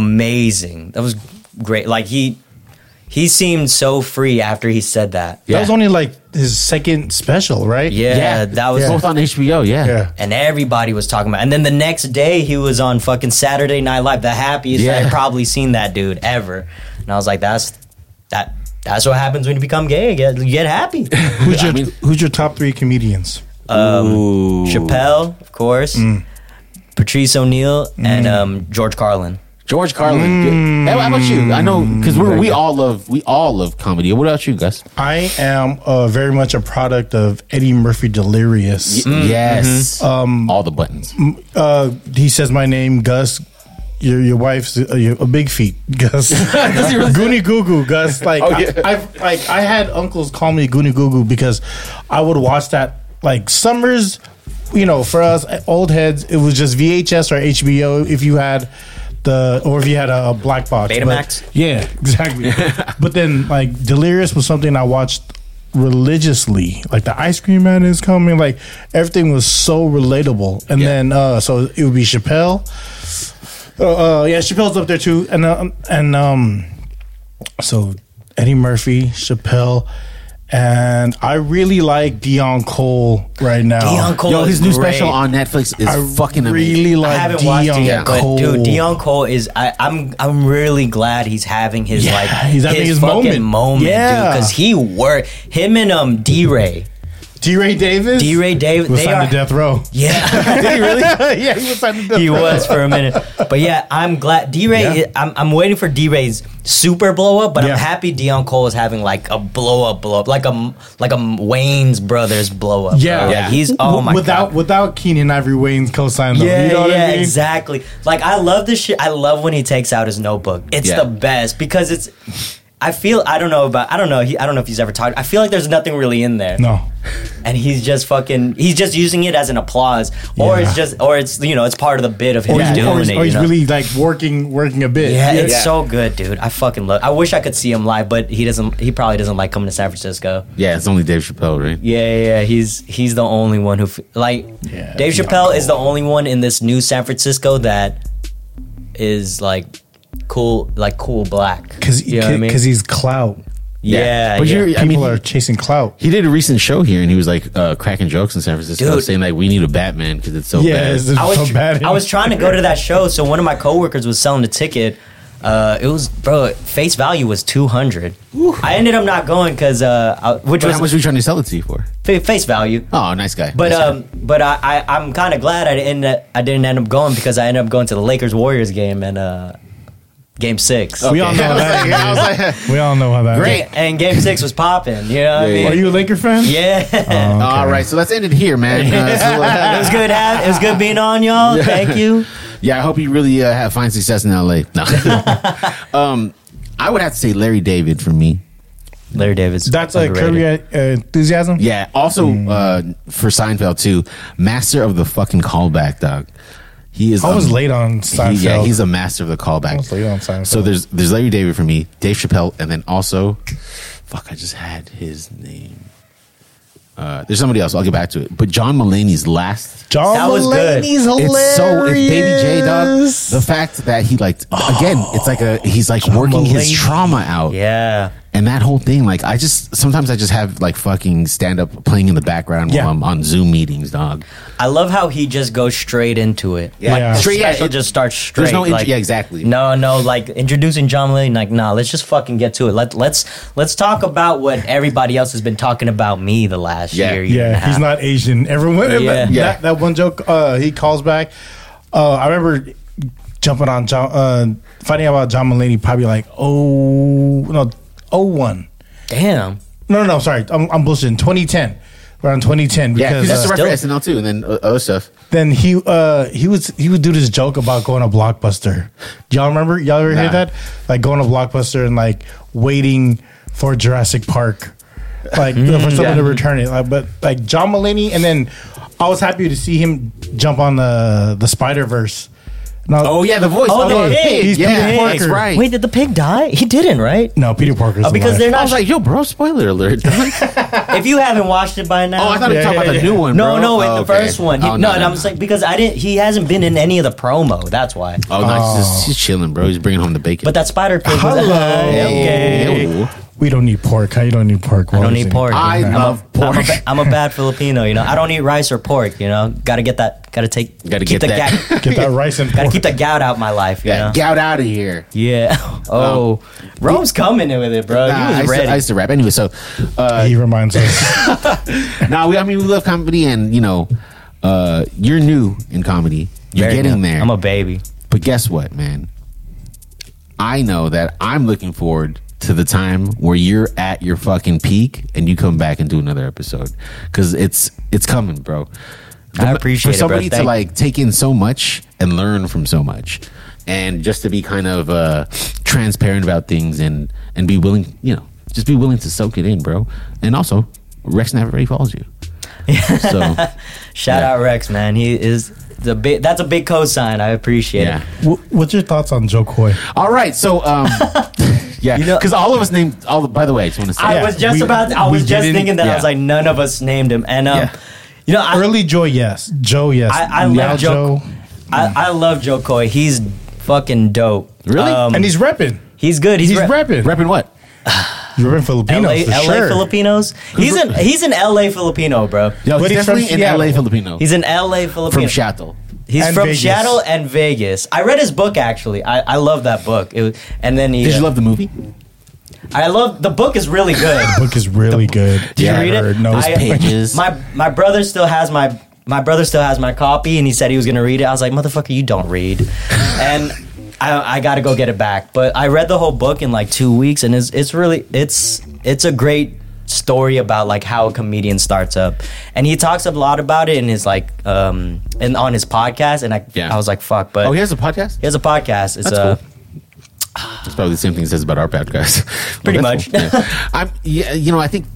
C: amazing. That was great. Like he he seemed so free after he said that.
A: That was only like his second special, right?
C: Yeah, that was
B: both on HBO. Yeah,
A: Yeah.
C: and everybody was talking about. And then the next day, he was on fucking Saturday Night Live, the happiest
B: Yeah.
C: I've probably seen that dude ever. And I was like, that's that. That's what happens when you become gay. You get, you get happy.
A: Who's your
B: I mean-
A: Who's your top three comedians?
B: Ooh.
C: Chappelle, of course, Patrice O'Neill, and um, George Carlin.
B: George
A: Mm.
B: Carlin. Good. Hey, How about you? I know because we we all love we all love comedy. What about you, Gus?
A: I am uh, very much a product of Eddie Murphy Delirious.
B: Yes, um, Mm-hmm. all the buttons.
A: Uh, he says my name, Gus. Your your wife's uh, your, a big feet, Gus. Goonie Goo Goo, Gus. Like I, I've like I had uncles call me Goonie Goo Goo because I would watch that like summers. You know, for us uh, old heads, it was just VHS or HBO if you had the or if you had a, a black box. But-
C: Betamax?
A: yeah, exactly. but then like Delirious was something I watched religiously like the ice cream man is coming like everything was so relatable and
B: Yeah.
A: then uh so it would be chappelle uh, uh, yeah, Chappelle's up there too, and um and um, so Eddie Murphy, Chappelle, and I really like Dion Cole right now.
C: Dion Cole
B: Yo,
C: is
B: his new
C: great.
B: special on Netflix is
A: I
B: fucking amazing.
A: really
C: I
A: like
C: haven't watched
A: Dion
C: it yet, but
A: Cole.
C: dude, Dion Cole is. I, I'm I'm really glad he's having his
A: Yeah,
C: like
A: he's having his
C: fucking
A: moment. Yeah.
C: because he worked him and um D Ray,
A: D. Ray Davis,
C: D Ray Davis.
A: was
C: they
A: signed
C: are,
A: to death row.
C: Yeah,
A: Did he really? yeah, he was signed to death
C: he
A: row.
C: was for a minute. But yeah, I'm glad D Ray.
A: Yeah.
C: I'm, I'm waiting for D Ray's super blow up, but
A: Yeah.
C: I'm happy Dion Cole is having like a blow up, blow up, like a like a Wayne's brothers blow up.
A: Yeah,
C: bro. Like, he's oh my
A: without
C: god.
A: without Keenan Ivory Wayne's cosign. Though,
C: Yeah,
A: you know what
C: yeah,
A: I mean?
C: exactly. Like I love this shit. I love when he takes out his notebook. It's
B: Yeah.
C: the best because it's. I feel I don't know about I don't know he, I don't know if he's ever talked. I feel like there's nothing really in there.
A: No,
C: and he's just fucking he's just using it as an applause, or
A: Yeah.
C: it's just or it's you know it's part of the bit of him
A: or, he's-
C: doing
A: or he's,
C: it.
A: or
C: you
A: he's
C: know?
A: really like working working a bit.
C: Yeah, it's
B: Yeah.
C: so good, dude. I fucking love. I wish I could see him live, but he doesn't. He probably doesn't like coming to San Francisco.
B: Yeah, it's only Dave Chappelle, right?
C: Yeah, yeah, yeah. He's he's the only one who f- like
A: Yeah,
C: Dave
A: yeah,
C: Chappelle is the only one in this new San Francisco that is like cool, like cool black.
A: because
C: you know what I mean?
A: he's clout.
C: yeah, yeah.
B: but you're, I
A: People
B: mean,
A: are chasing clout.
B: he did a recent show here, and he was like uh, cracking jokes in San Francisco,
C: Dude.
B: saying like, "We need a Batman because it's so
A: Yeah, it's
B: bad."
C: I was
A: so bad.
C: I was trying to go to that show, so one of my coworkers was selling a ticket. Uh, it was bro. Face value was two hundred. I ended up not going because uh, I- which
B: But how much
C: was
B: were you trying to sell it to you for?
C: fa- face value.
B: Oh, nice guy.
C: But
B: Nice guy.
C: um, but I, I I'm kind of glad I didn't end up, I didn't end up going because I ended up going to the Lakers Warriors game and uh, game six.
A: We all know how that. is, dude. we all know how that. is.
B: Great.
C: And game six was popping. You know what
B: Yeah,
C: I
A: Are
C: mean?
A: you a Laker fan?
C: Yeah.
B: All right, so let's end it here, man. Uh, so, uh,
C: it was good. Have, it was good being on y'all. Thank you.
B: yeah, I hope you really uh, have, find success in LA. No. um, I would have to say Larry David for me.
C: Larry Davis.
A: That's a career uh, enthusiasm.
B: Yeah. Also
A: Mm.
B: uh, for Seinfeld too, master of the fucking callback, dog. He is.
A: I was
B: um,
A: late on Seinfeld.
B: He, yeah, he's a master of the callback.
A: was late on Seinfeld.
B: So there's there's Larry David for me, Dave Chappelle, and then also, fuck, I just had his name. Uh, there's somebody else. I'll get back to it. But John Mulaney's last
A: John
C: That was good.
A: Mulaney's
B: It's
A: hilarious.
B: so it's Baby J dog. The fact that he like again, it's like a he's like working his
A: Mulaney.
B: trauma out,
C: Yeah.
B: and that whole thing. Like I just sometimes I just have like fucking stand up playing in the background
A: Yeah.
B: while I'm on Zoom meetings, dog.
C: I love how he just goes straight into it.
B: Yeah.
C: Like,
A: Yeah.
C: the
B: Straight- yeah,
C: special
B: it-
C: just starts straight.
B: no intro-
C: like,
B: yeah, exactly.
C: No, no, like introducing John Mulaney. Like, nah, let's just fucking get to it. Let let's let's talk about what everybody else has been talking about me the last
B: Yeah.
C: year. year and a
A: Yeah,
C: half.
A: he's not Asian. Everyone,
C: Yeah.
A: That,
B: Yeah.
A: that one joke uh, he calls back. Uh, I remember jumping on John, uh, finding out about John Mulaney probably like oh no oh one.
C: Damn.
A: No, no, no. Sorry, I'm, I'm bullshitting. 2010, around 2010.
B: Yeah,
A: Because
B: because that's
A: uh,
B: the
C: still-
B: reference SNL too, and then uh, other stuff.
A: then he uh, he was he would do this joke about going to Blockbuster. Y'all remember? Y'all ever
B: Nah.
A: hear that? Like going to Blockbuster and like waiting for Jurassic Park, like for
B: Mm,
A: someone to return it. Like, but like John Mulaney, and then I was happy to see him jump on the the Spider Verse. No,
B: Oh yeah, the voice.
C: Oh, the
B: yeah.
C: pig.
A: He's
B: yeah,
A: Peter
B: that's
A: Parker.
B: right.
C: Wait, did the pig die? He didn't, right?
A: no, Peter Parker's
C: Oh, because
A: alive.
C: they're
B: I
C: not.
B: was like, yo, bro, spoiler alert. oh,
C: if you haven't watched it by now,
B: I thought you were
E: Yeah,
B: talking
E: yeah,
B: about the
E: yeah.
B: new one.
C: no,
B: bro.
C: no,
B: Oh,
C: in the
B: okay.
C: first one. He,
B: Oh,
C: no, and I'm saying because I didn't. He hasn't been in any of the promo. That's why.
B: Oh, no, he's just he's chilling, bro. He's bringing home the bacon.
C: But that spider pig. was-
A: Hello.
C: okay.
B: Yo.
A: we don't need pork. How you don't need pork?
C: I don't eat pork.
B: I
C: I'm a-
B: love
C: I'm a,
B: pork.
C: ba- I'm a bad Filipino, you know. I don't eat rice or pork, you know. Got to get that. Got to take.
B: Gotta
C: keep
B: get
C: the
B: that.
C: Gout,
A: Get that rice and
C: got to
A: pork.
C: keep the gout out my life, you
B: Yeah,
C: know.
B: Get out of here.
C: Yeah. Oh, Rome's coming in with it, bro.
B: Nah, I,
C: Uh, he was
B: used
C: ready.
B: to, I used to rap anyway. So, uh,
A: he reminds us.
B: now we, I mean, we love comedy, and you know, uh, you're new in comedy. You're
C: Very
B: getting
C: good.
B: there.
C: I'm a baby.
B: But guess what, man? I know that I'm looking forward to the time where you're at your fucking peak and you come back and do another episode because it's it's coming, bro.
C: I appreciate
B: for
C: it, bro.
B: somebody to
C: Thank-
B: like take in so much and learn from so much, and just to be kind of uh, transparent about things and and be willing, you know, just be willing to soak it in, bro. And also, Rex never really follows you. so
C: Shout out Rex, man. He is the big. That's a big cosign. I appreciate
B: yeah.
C: it.
A: Wh- What's your thoughts on Joe Coy?
B: All right, so um, yeah,
C: You know-
B: because all of us named all. By the way, I just want to say,
C: I
A: Yeah,
C: was just
A: we-
C: about. I
A: we
C: was just
A: didn't-
C: thinking that. I was
B: yeah.
C: like, none of us named him, and um,
B: Yeah.
C: you know, I,
A: Early Joe, yes. Joe, yes.
C: I, I
A: Now
C: love Joe. I, I love Joe Coy. He's fucking dope.
B: Really?
C: Um,
A: and he's repping.
C: he's good. He's,
A: He's
C: rep-
A: repping.
B: repping what?
A: He's repping Filipinos
C: LA,
A: for
C: LA
A: sure.
C: Filipinos. He's an he's an LA Filipino, bro.
B: Yo,
A: But he's
B: he's
A: from
B: definitely an
A: Seattle.
B: LA Filipino.
C: He's an LA
B: from
C: Filipino.
B: Seattle.
C: he's
A: And
C: from
A: Vegas.
C: Seattle and Vegas. I read his book actually. I, I love that book. It was, and then he uh,
B: Did you love the movie?
C: I love the book is really good.
A: Book is really good.
C: Did
B: Yeah,
C: you read
A: I heard.
C: it?
A: No,
C: I- uh,
B: pages.
C: My my brother still has my my brother still has my copy, and he said he was gonna read it. I was like, motherfucker, you don't read, and I, I got to go get it back. But I read the whole book in like two weeks, and it's it's really it's it's a great story about like how a comedian starts up and he talks a lot about it in his like um and on his podcast and i
B: Yeah.
C: i was like fuck but
B: Oh, he has a podcast.
C: he has a podcast it's
B: That's
C: uh
B: cool. It's probably the same thing he says about our podcast. But
C: Pretty
B: that's
C: much.
B: Yeah. I'm. Yeah, you know, I think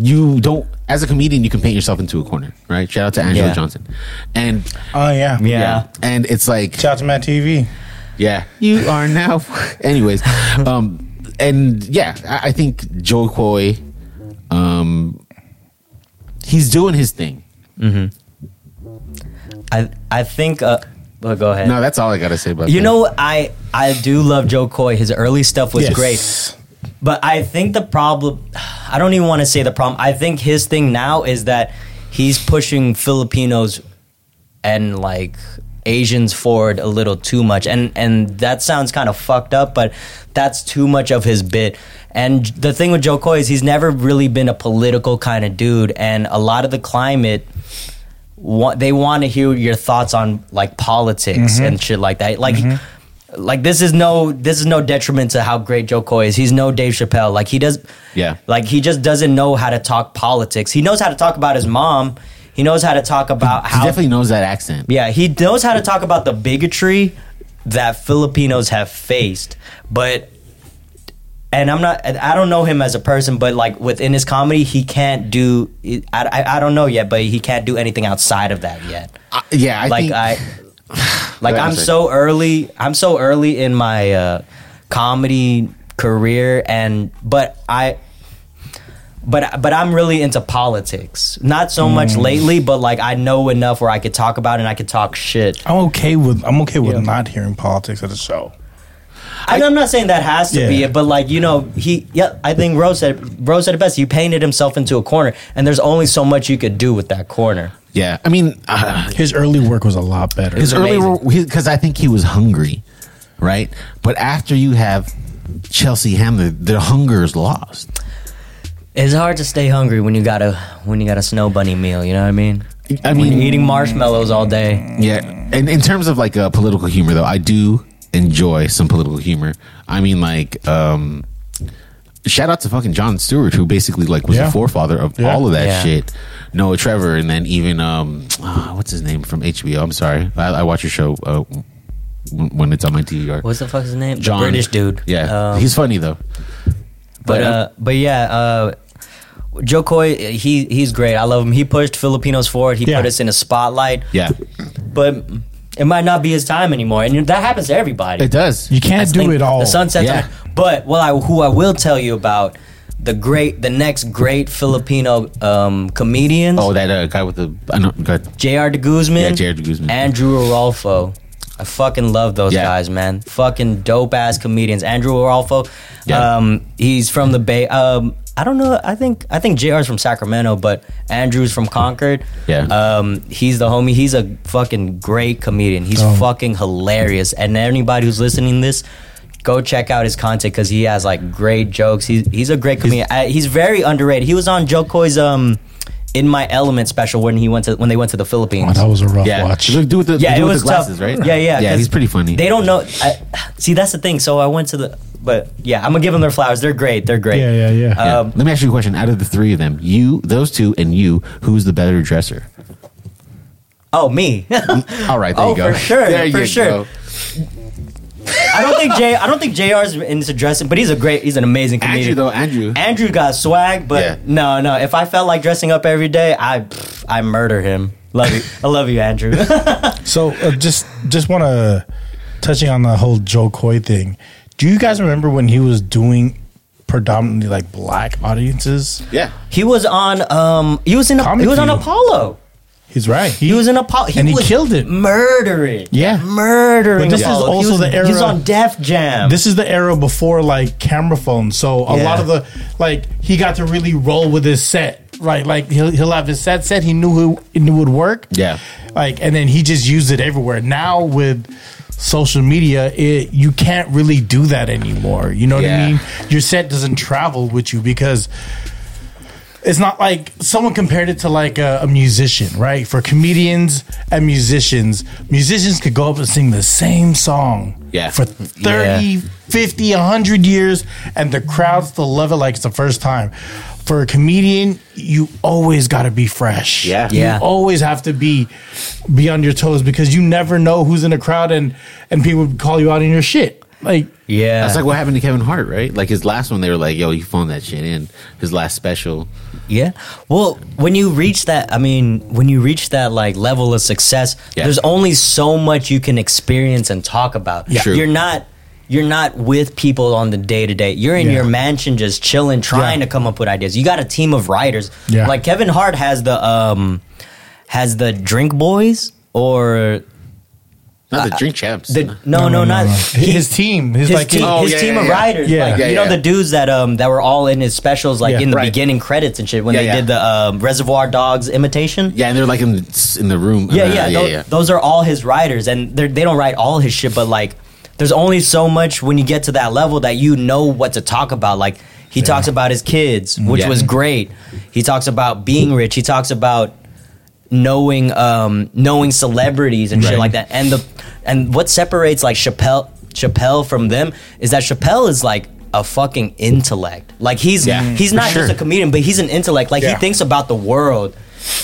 B: you don't. As a comedian, you can paint yourself into a corner, right? Shout out to Angela
C: Yeah.
B: Johnson, and
A: Oh yeah.
C: yeah.
B: and it's like
A: Shout out to Matt TV.
B: Yeah. You are now. Anyways, um, and yeah, I, I think Joe Coy, um, he's doing his thing.
C: i i think uh well, go ahead
B: No, that's all I gotta say about
C: You
B: that.
C: know, I I do love Joe Coy. His early stuff was
A: Yes.
C: great, but I think the problem. I don't even want to say the problem. I think his thing now is that he's pushing Filipinos and like Asians forward a little too much, and and that sounds kind of fucked up, but that's too much of his bit. And the thing with Joe Coy is he's never really been a political kind of dude, and a lot of the climate want they want to hear your thoughts on like politics
B: Mm-hmm.
C: and shit like that. Like like this is no this is no detriment to how great Joe Coy is. He's no Dave Chappelle. Like he does
B: Yeah.
C: Like he just doesn't know how to talk politics. He knows how to talk about his mom. He knows how to talk about
B: he
C: how
B: definitely knows that accent.
C: yeah, he knows how to talk about the bigotry that Filipinos have faced, but and I'm not and I don't know him as a person, but like within his comedy, he can't do I, I, I don't know yet, but he can't do anything outside of that yet.
B: I- Uh, yeah, I
C: like
B: think.
C: I like
B: ahead, I'm
C: I'm
B: sorry.
C: so early I'm so early in my uh comedy career and but I but but I'm really into politics. Not so much
B: Mm.
C: lately, but like I know enough where I could talk about it and I could talk shit.
A: I'm okay with I'm okay with not hearing politics at the show.
C: and I'm not saying that has to be
A: Yeah.
C: it, but like you know, he yeah, I think Rose said Rose said it best. He painted himself into a corner, and there's only so much you could do with that corner.
B: yeah, I mean, uh,
A: His early work was a lot better.
B: his
C: amazing.
B: earlier because I think he was hungry, right? But after you have Chelsea Handler, their hunger is lost.
C: It's hard to stay hungry when you got a when you got a snow bunny meal. You know what I mean?
B: I
C: When
B: mean,
C: you're eating marshmallows all day.
B: Yeah, and in terms of like uh, political humor, though, I do enjoy some political humor. I mean, like, um, shout out to fucking John Stewart, who basically like was
A: Yeah.
B: the forefather of
A: Yeah.
B: all of that
C: Yeah.
B: shit. Noah Trevor, and then even um, ah, what's his name from HBO? I'm sorry, I, I watch your show uh, when when it's on my DVR.
C: What's the fuck's his name? The British dude.
B: Yeah,
C: Um,
B: he's funny though.
C: but uh, but yeah. Uh, Joe Coy, he he's great. I love him. He pushed Filipinos forward. He
A: Yeah.
C: put us in a spotlight.
B: Yeah,
C: But It might not be his time anymore, and that happens to everybody.
B: It does.
A: You can't
C: That's
A: do
C: Link-
A: it all.
C: The sunset.
B: Yeah.
C: But what I who I will tell you about the great the next great Filipino um, comedians.
B: Oh, that uh, guy with the I know, God.
C: J.R. De Guzman.
B: Yeah, J.R. De Guzman.
C: Andrew Arolfo. I fucking love those
B: Yeah.
C: guys, man. Fucking dope ass comedians. Andrew Arolfo.
B: Yeah.
C: Um, he's from the Bay. Um, I don't know. I think I think JR's from Sacramento, but Andrew's from Concord.
B: Yeah.
C: Um, he's the homie. He's a fucking great comedian. He's
A: Oh.
C: fucking hilarious. And anybody who's listening to this, go check out his content because he has like great jokes. He's he's a great comedian. I, he's very underrated. He was on Joe Coy's um, in my element special when he went to when they went to the Philippines.
A: Oh, that was a rough
B: Yeah,
A: watch.
B: The dude with the,
C: Yeah,
B: the
C: it
B: dude with
C: was
B: the glasses,
C: tough.
B: right?
C: Yeah, yeah.
B: yeah.
C: 'cause
B: He's pretty funny.
C: They don't know. I, see, that's the thing. So I went to the, but yeah, I'm gonna give them their flowers. They're great. They're great.
A: Yeah, yeah, yeah.
B: Yeah.
C: Um,
B: Let me ask you a question. Out of the three of them, you, those two, and you, who's the better dresser?
C: oh, me. I
B: All right, there
C: Oh,
B: you go.
C: for sure,
B: There
C: for
B: you
C: sure.
B: go.
C: don't think J. I don't think Jr's into dressing, but he's a great. He's an amazing comedian.
B: Andrew though, Andrew.
C: Andrew got swag, but
B: Yeah.
C: no, no. If I felt like dressing up every day, I, pff, I murder him. Love you. I love you, Andrew.
A: So uh, just just want to touching on the whole Joe Coy thing. Do you guys remember when he was doing predominantly like black audiences?
B: Yeah.
C: he was on. Um, he was in.
A: Comic
C: he was on
A: View.
C: Apollo.
A: He's right.
C: He was in Apollo.
A: and he
C: was
A: killed it.
C: Murdering.
A: Yeah.
C: Murdering.
A: But this is
C: Apollo. He
A: also
C: was-
A: the era-
C: He's on Def Jam.
A: This is the era before like camera phones, so a
C: Yeah.
A: lot of the like he got to really roll with his set, right? Like he'll he'll have his set set. He knew who he knew would work,
B: Yeah.
A: Like and then he just used it everywhere. Now with social media, it you can't really do that anymore. You know what I
B: Yeah.
A: mean? Your set doesn't travel with you because it's not like someone compared it to like a, a musician, right? For comedians and musicians, musicians could go up and sing the same song
B: Yeah.
A: for 30, 50, 100 years, and the crowd still love it like it's the first time. For a comedian, you always got to be fresh.
B: Yeah.
A: You
C: Yeah.
A: always have to be be on your toes because you never know who's in the crowd and and people would call you out on your shit. Like
C: Yeah.
B: That's like what happened to Kevin Hart, right? Like his last one, they were like, "Yo, you phoned that shit in." His last special.
C: yeah. Well, when you reach that, I mean, when you reach that like level of success,
B: Yeah.
C: there's only so much you can experience and talk about.
A: Yeah.
B: True.
C: You're not you're not with people on the day to day. You're in
A: Yeah.
C: your mansion just chilling, trying
A: Yeah.
C: to come up with ideas. You got a team of writers.
A: Yeah.
C: Like Kevin Hart has the um has the Drink Boys or
B: Not Uh, the Drink Champs.
C: the no no, not
A: his team, his,
C: his
A: like
C: team,
A: his-
B: Oh,
C: his
B: yeah,
C: team
B: yeah,
C: of
B: yeah.
C: writers,
A: Yeah.
C: like,
A: Yeah,
C: you know
B: yeah.
C: the dudes that um that were all in his specials, like
A: Yeah,
C: in the
B: right.
C: beginning credits and shit when
B: Yeah,
C: they
B: yeah.
C: did the um, Reservoir Dogs imitation.
B: yeah, and they're like in the, in the room.
C: yeah,
B: Uh,
C: yeah, tho- Those are all his writers, and they're- they don't write all his shit, but like there's only so much when you get to that level that you know what to talk about. Like he talks about his kids, which
B: Yeah.
C: was great. He talks about being rich. He talks about knowing um knowing celebrities and shit
B: Right.
C: like that. And the and what separates like Chappelle Chappelle from them is that Chappelle is like a fucking intellect. Like he's
B: Yeah,
C: he's
B: for
C: not
B: sure.
C: just a comedian, but he's an intellect. Like he
A: Yeah.
C: thinks about the world,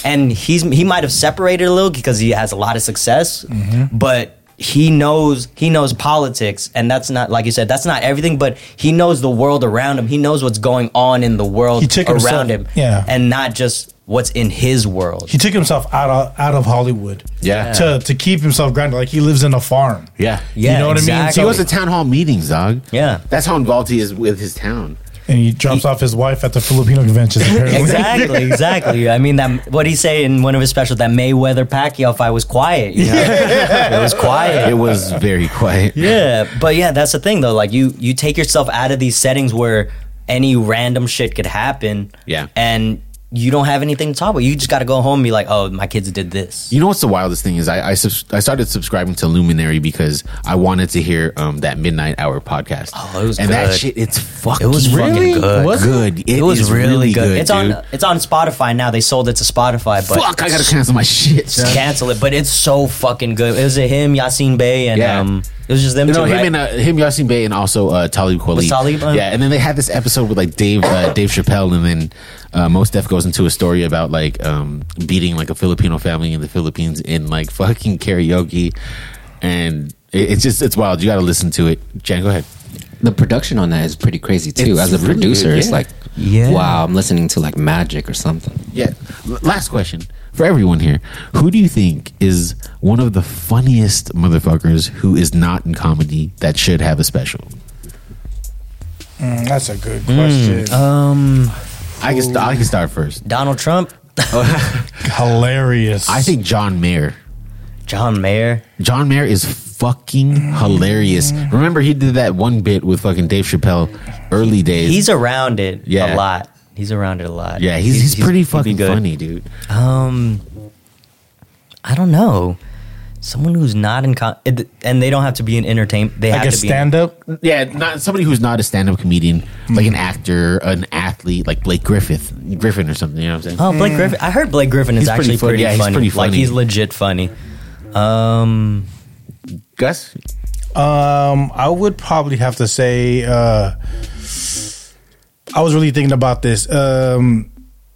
C: and he's he might have separated a little because he has a lot of success,
A: Mm-hmm.
C: but he knows he knows politics, and that's not like you said, that's not everything. But he knows the world around him. He knows what's going on in the world
A: He took
C: around
A: himself-
C: him,
A: yeah.
C: and not just what's in his world.
A: he took himself out of out of Hollywood.
B: Yeah.
A: To to keep himself grounded. Like he lives in a farm.
B: yeah,
C: Yeah,
A: know what I mean?
B: He
C: exactly.
B: goes to town hall meetings, dog.
C: Yeah.
B: that's how involved he is with his town.
A: And he drops off his wife at the Filipino conventions apparently.
C: Exactly, exactly. I mean, that what he say in one of his specials that Mayweather Pacquiao fight was quiet. You know? it was quiet.
B: It was very quiet.
C: Yeah, but yeah, that's the thing though. Like you, you take yourself out of these settings where any random shit could happen.
B: Yeah.
C: and you don't have anything to talk about. You just got to go home and be like, "Oh, my kids did this."
B: You know what's the wildest thing is I I, subs- I started subscribing to Luminary because I wanted to hear um that midnight hour podcast.
C: Oh, it was
B: and that
C: good.
B: shit it's fucking
C: It was fucking Really? good.
B: Was good. It, was really, good.
C: it's
B: dude.
C: on it's on Spotify now. They sold it to Spotify, but
B: Fuck, I gotta cancel my shit. son.
C: cancel it. But it's so fucking good. It was him, Yasin Bey, and
B: Yeah.
C: um, it was just them two.
B: No, him
C: right?
B: and uh, him, Yasin Bey, and also uh, Talib Kweli.
C: Talib on?
B: yeah. And then they had this episode with like Dave, uh, Dave Chappelle, and then uh, Most Def goes into a story about like um, beating like a Filipino family in the Philippines in like fucking karaoke, and it, it's just it's wild. You got to listen to it. Jan, go ahead.
D: The production on that is pretty crazy too.
B: It's
D: As a
B: really good,
D: producer, it's
B: yeah.
D: like,
C: Yeah.
D: wow, I'm listening to like magic or something.
B: Yeah. L- last question for everyone here, who do you think is one of the funniest motherfuckers who is not in comedy that should have a special?
A: Mm, that's a good question.
C: Um,
B: I can, st- I can start first.
C: Donald Trump,
A: Hilarious.
B: I think John Mayer.
C: John Mayer.
B: John Mayer is fucking hilarious. Remember, he did that one bit with fucking Dave Chappelle early days.
C: He's around it
B: Yeah.
C: a lot. He's around it a lot.
B: yeah, he's, he's, pretty
C: he'd be
B: fucking
C: good.
B: funny, dude.
C: Um, I don't know. Someone who's not in com- it- and they don't have to be in entertainment. They
A: like a
C: have to be in-
A: stand up.
B: Yeah, not somebody who's not a stand-up comedian, like an actor, an athlete, like Blake Griffith, Griffin or something. You know what I'm saying?
C: Oh, Blake Griffin. I heard Blake Griffin is
B: He's pretty
C: actually
B: funny.
C: pretty,
B: Yeah, he's
C: funny.
B: pretty
C: Like
B: funny.
C: he's legit funny. Um,
B: Gus,
A: Um, I would probably have to say uh, I was really thinking about this. Um,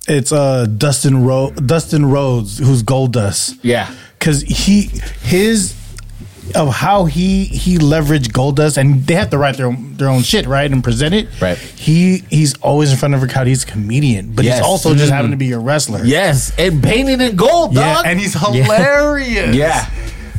A: it's uh, Dustin Ro- Dustin Rhodes, who's Gold Dust.
B: Yeah.
A: because he his of how he he leveraged Goldust, and they have to write their own, their own shit, right, and present it.
B: Right.
A: He he's always in front of a crowd. He's a comedian, but
B: Yes.
A: he's also just
B: Mm.
A: happened to be a wrestler.
B: yes, and painted in gold,
A: yeah,
B: dog.
A: and he's hilarious.
B: yeah,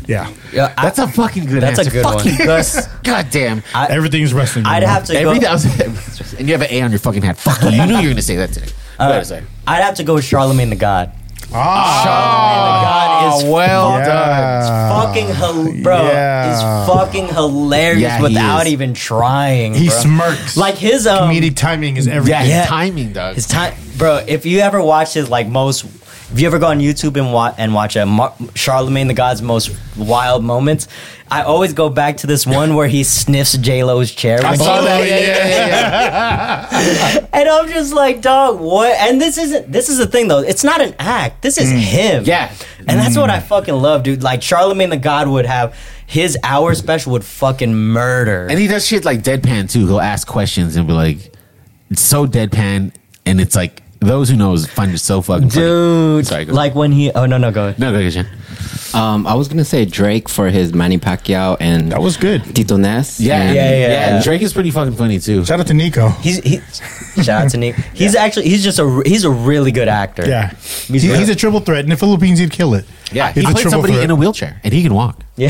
A: yeah.
C: yeah, I-
B: that's a fucking good.
C: That's a
B: answer.
C: good one.
B: fucking Gus. God damn.
A: Everything's wrestling.
C: I'd have to
B: Every
C: go.
B: thousand, and you have an A on your fucking hat. Fuck you! You knew you were gonna say that today. Go ahead, sorry.
C: I'd have to go with Charlemagne the God.
B: Ah,
A: Oh,
C: Charlemagne the God is
B: well
A: yeah.
B: done.
C: fucking hil- bro
A: yeah.
C: is fucking hilarious
B: Yeah, he
C: without
B: is.
C: even trying.
A: He
C: bro.
A: smirks.
C: like his um,
A: comedic timing is everything.
B: Yeah, his
C: Yeah.
B: timing, dog.
C: His time, bro. If you ever watch his like most, if you ever go on YouTube and watch and watch a Mar- Charlemagne the God's most wild moments, I always go back to this one where he sniffs J Lo's chair,
B: I
C: when
B: saw
C: she-
B: that. Oh, Yeah, yeah, yeah, yeah.
C: and I'm just like, dog, what? And this isn't. This is the thing though. It's not an act. This is him.
B: Mm. Yeah. Mm.
C: and that's what I fucking love, dude. Like Charlemagne the God would have his hour special would fucking murder.
B: And he does shit like deadpan too. He'll ask questions and be like, "It's so deadpan," and it's like those who knows find it so fucking
C: Dude,
B: Sorry, go.
C: like when he oh no no go ahead.
B: funny. No, go ahead, Jen.
D: Um, I was gonna say Drake for his Manny Pacquiao and
A: That was good.
D: Tito Ness.
B: Yeah,
D: and-
B: yeah, yeah,
C: yeah.
B: Drake is pretty fucking funny too.
A: Shout out to Nico.
C: He's he, shout out to Nick. He's actually he's just a he's a really good actor.
A: Yeah.
C: He's
A: He's,
C: real.
A: he's a triple threat. In the Philippines, he'd kill it.
B: Yeah,
A: He's
B: he
A: a
B: played
A: triple
B: somebody
A: threat.
B: in a wheelchair and he can walk.
C: Yeah.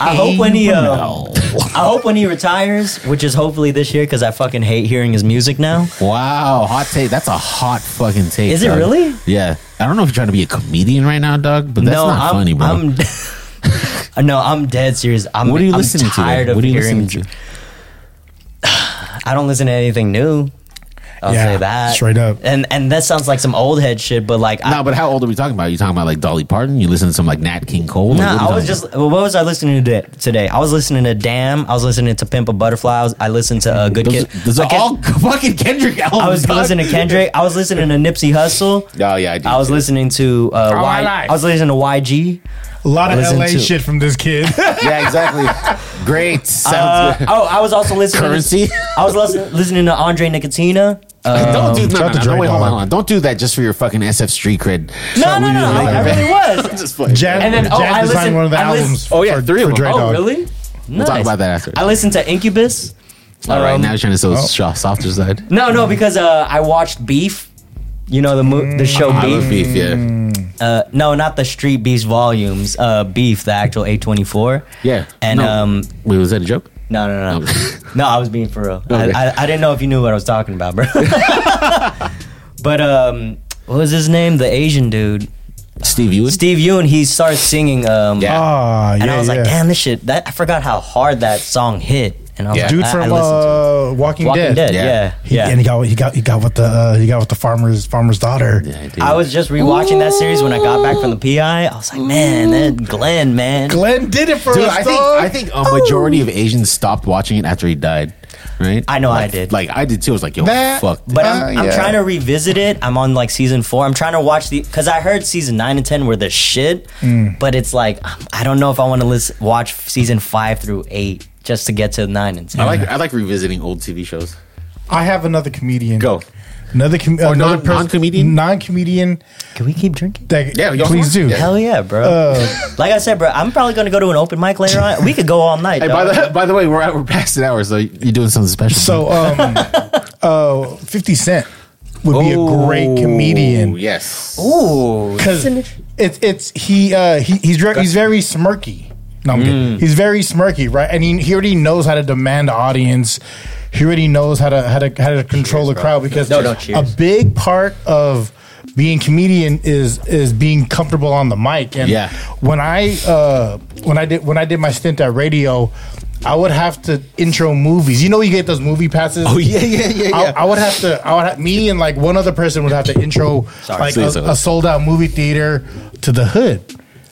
C: I hope when he uh, I hope when he retires, which is hopefully this year, because I fucking hate hearing his music now.
B: Wow, hot take. That's a hot fucking take.
C: Is it
B: dog.
C: really?
B: Yeah. I don't know if you're trying to be a comedian right now, dog, but that's
C: no,
B: not
C: I'm,
B: funny, bro.
C: I'm no, I'm dead serious. I'm,
B: what are you
C: I'm
B: listening to?
C: tired
B: though?
C: of
B: What are you
C: hearing.
B: listening to?
C: I don't listen to anything new. I'll
A: Yeah,
C: say that
A: straight up.
C: And and that sounds like some old head shit, but like I,
B: No, but how old are we talking about? you talking about like Dolly Parton? You listen to some like Nat King Cole? Like,
C: No,
B: what are you
C: I was
B: talking
C: just. Well, what was I listening to today- today? I was listening to Damn. I was listening to Pimp a Butterflies. I listened to uh, Good
B: about?
C: Kid.
B: Those, those are
C: Okay,
B: all fucking Kendrick albums.
C: I was
B: dog.
C: listening to Kendrick. I was listening to Nipsey Hussle.
B: Oh, yeah, I do
C: I was
B: too.
C: listening to uh,
A: All my
C: y-
A: life.
C: I was listening to YG.
A: A lot of
C: Listen
A: LA
C: to-
A: shit from this kid.
B: Yeah, exactly. Great. Sounds
C: Uh,
B: good.
C: oh, I was also listening.
B: Currency?
C: I was listen, listening to Andre Nicotina. Uh,
B: don't do
A: shout
B: no, no,
A: out to
B: no,
A: Drake
B: wait, hold on,
A: Hall.
B: hold on. Don't do that just for your fucking SF street cred.
C: no, no, no, I, I really was.
B: Just play.
A: Jan,
C: And then, oh,
A: Jan
C: I
A: designed
C: listened-
A: one of the
C: I lis-
A: albums.
B: Oh, yeah, three of them.
A: Dre
B: Oh,
A: Dog.
C: Oh, really? We'll
B: talk about that after.
C: I listened to Incubus.
B: All right,
C: Um,
B: now Jenna's
A: oh.
B: so soft softer side.
C: No, no, because uh, I watched Beef. You know the mo- the show
B: Mm, I
C: Beef.
B: love beef,
A: mm.
B: yeah.
C: Uh, no, not the Street Beast volumes. Uh, Beef, the actual A twenty four.
B: Yeah.
C: And
B: No.
C: um,
B: Wait, was that a joke?
C: no, no, no, no.
B: Okay.
C: I was being for real.
B: Okay.
C: I, I, I didn't know if you knew what I was talking about, bro. but um, what was his name? The Asian dude,
B: Steve, you would?
C: Steve Ewan. He started singing. Um,
B: Yeah.
A: Ah, yeah.
C: And I was
A: yeah.
C: like, damn, this shit. That I forgot how hard that song hit. And I was
B: Yeah.
C: like,
A: dude
C: I, I
A: from
C: listened to it.
A: uh, Walking,
C: Walking
A: Dead.
C: Dead.
B: Yeah.
C: Yeah,
A: He,
C: yeah.
A: And he got he got he got with the uh, he got with the farmer's farmer's daughter.
B: Yeah, I do.
C: I was just rewatching that series when I got back from the PI. I was like, man, that Glenn, man.
A: Glenn did it for
B: Dude,
A: us.
B: I think
A: dog.
B: I think a majority of Asians stopped watching it after he died. Right?
C: I know I
B: Like-
C: did.
B: Like I did too. I was like, yo,
A: Nah.
B: fuck.
C: But
B: this.
C: I'm,
A: Uh,
C: I'm
A: yeah.
C: trying to revisit it. I'm on like season four. I'm trying to watch the because I heard season nine and ten were the shit. But it's like um, I don't know if I want to listen, watch season five through eight just to get to nine and ten.
B: I like I like revisiting old TV shows.
A: I have another comedian.
B: Go.
A: Another com-
B: Or
A: another
B: non-
A: person-
B: non-comedian?
A: non-comedian.
C: Can we keep drinking?
A: That,
B: Yeah, y'all
A: please do.
B: want- Yeah.
C: Hell yeah, bro! like I said, bro, I'm probably gonna go to an open mic later on. We could go all night.
B: Hey, by
C: dog.
B: the by the way, we're at, we're past an hour, so you're doing something special.
A: So, um, uh, um, Fifty Cent. would be a great
B: Oh,
A: comedian
B: Yes.
C: Ooh.
A: because it's it's he uh he, he's direct, he's very smirky. No, I'm
B: Mm.
A: kidding. He's very smirky, right? And he, he already knows how to demand audience. He already knows how to how to how to control the crowd because
C: No, no, cheers.
A: a big part of being comedian is is being comfortable on the mic. And
B: Yeah.
A: when I uh when I did when I did my stint at radio, I would have to intro movies. You know, you get those movie passes.
B: Oh yeah, yeah, yeah,
A: I,
B: yeah.
A: I would have to. I would have, me and like one other person would have to intro like
B: Please,
A: a,
B: uh,
A: a sold out movie theater to the hood.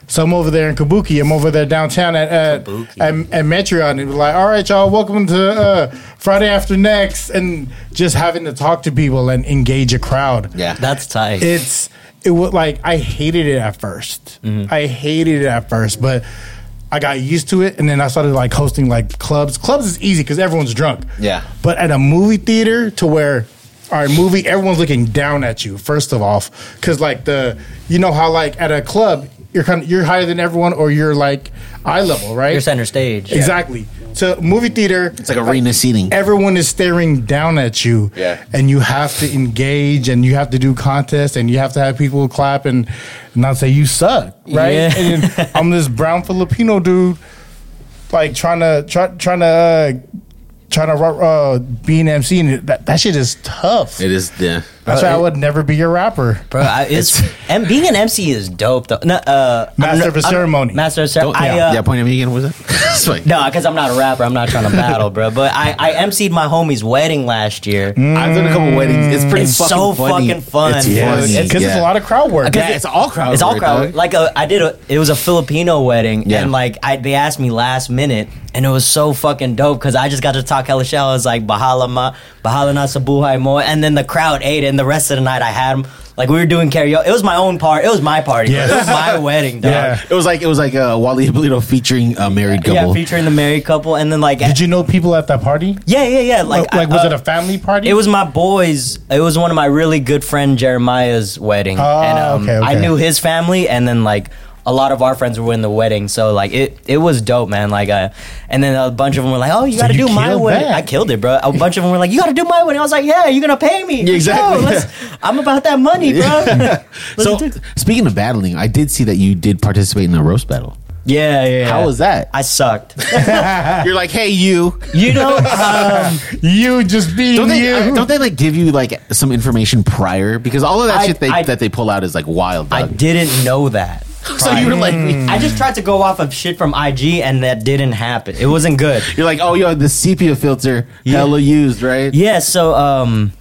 A: So I'm over there in Kabuki. I'm over there downtown at at,
C: Kabuki.
A: at, at Metreon, and be like, "All right, y'all, welcome to uh, Friday After Next," and just having to talk to people and engage a crowd.
B: yeah.
C: That's tight.
A: It's it was like I hated it at 1st
C: Mm-hmm.
A: I hated it at first, but I got used to it, and then I started like hosting like clubs. Clubs is easy because everyone's drunk.
B: Yeah.
A: But at a movie theater, to where all right, movie, everyone's looking down at you first of all, because like the you know how like at a club you're kind of you're higher than everyone or you're like eye level, right?
C: Your center stage.
A: Exactly. So movie theater,
B: it's like arena seating.
A: everyone is staring down at you
B: Yeah.
A: and you have to engage and you have to do contests and you have to have people clap and not say you suck right
C: Yeah.
A: and i'm this brown filipino dude like trying to try, trying to uh, trying to uh, be an mc and that, that shit is tough
B: It is yeah.
A: that's why i would never be a rapper
C: Bro, I, it's, and being an MC is dope though. No, uh, I'm
A: Master
C: no-
A: of a
C: I'm-
A: ceremony.
C: Master of ceremony. I,
B: Oh, yeah.
C: uh,
B: yeah. Point at me again. What was that? It's fine.
C: No, because I'm not a rapper. I'm not trying to battle, bro. But I, I emceed my homie's wedding last year.
B: I've done a couple weddings. It's pretty
C: It's
B: fucking
C: so
B: funny.
C: fucking fun,
B: It's
C: dude.
B: funny.
A: because it's
B: yeah.
A: a lot of crowd work
B: Yeah, it's all crowd.
C: Uh, It's all
B: work,
C: crowd.
B: dog.
C: Like a, I did a, it was a Filipino wedding,
B: Yeah.
C: and like I, they asked me last minute, and it was so fucking dope because I just got to talk hella shit. I was like Bahala ma, Bahala na sa buhay mo, and then the crowd ate, and the rest of the night I had them. Like we were doing karaoke. It was my own part. It was my party. bro. It was my wedding, dog.
A: Yeah.
C: Yeah.
B: It was like it was like uh, Wally Hippolito featuring a married couple.
C: featuring the married couple, and then like,
A: did you know people at that party
C: yeah, yeah, yeah.
A: like, like
C: Like,
A: was
C: uh,
A: it a family party
C: It was my boys. It was one of my really good friend Jeremiah's wedding,
A: Ah,
C: and um,
A: okay,
C: I
A: okay.
C: knew his family, and then like a lot of our friends were in the wedding, so like it it was dope, man. Like, uh, and then a bunch of them were like, "Oh, you got to
A: you
C: do my
A: killed
C: wedding."
A: that.
C: I killed it, bro. A bunch of them were like, "You got to do my wedding." I was like, "Yeah, you're gonna pay me."
B: Yeah, exactly.
C: Yo, let's- I'm about that money, bro. Let's
B: So
C: do-
B: speaking of battling, I did see that you did participate in a roast battle.
C: yeah, yeah, yeah.
B: How was that?
C: I sucked.
B: You're like, hey, you.
C: You know, um,
A: you just being
B: Don't they,
A: you
B: uh, don't they like give you like some information prior? Because all of that
C: I-
B: shit they,
C: I-
B: that they pull out is like wild.
C: I
B: dog. Mm.
C: didn't know that.
B: so you were like,
C: I just tried to go off of shit from IG, and that didn't happen. It wasn't good.
B: you're like, oh yo, the sepia filter, hella used, right?
C: Yeah, so um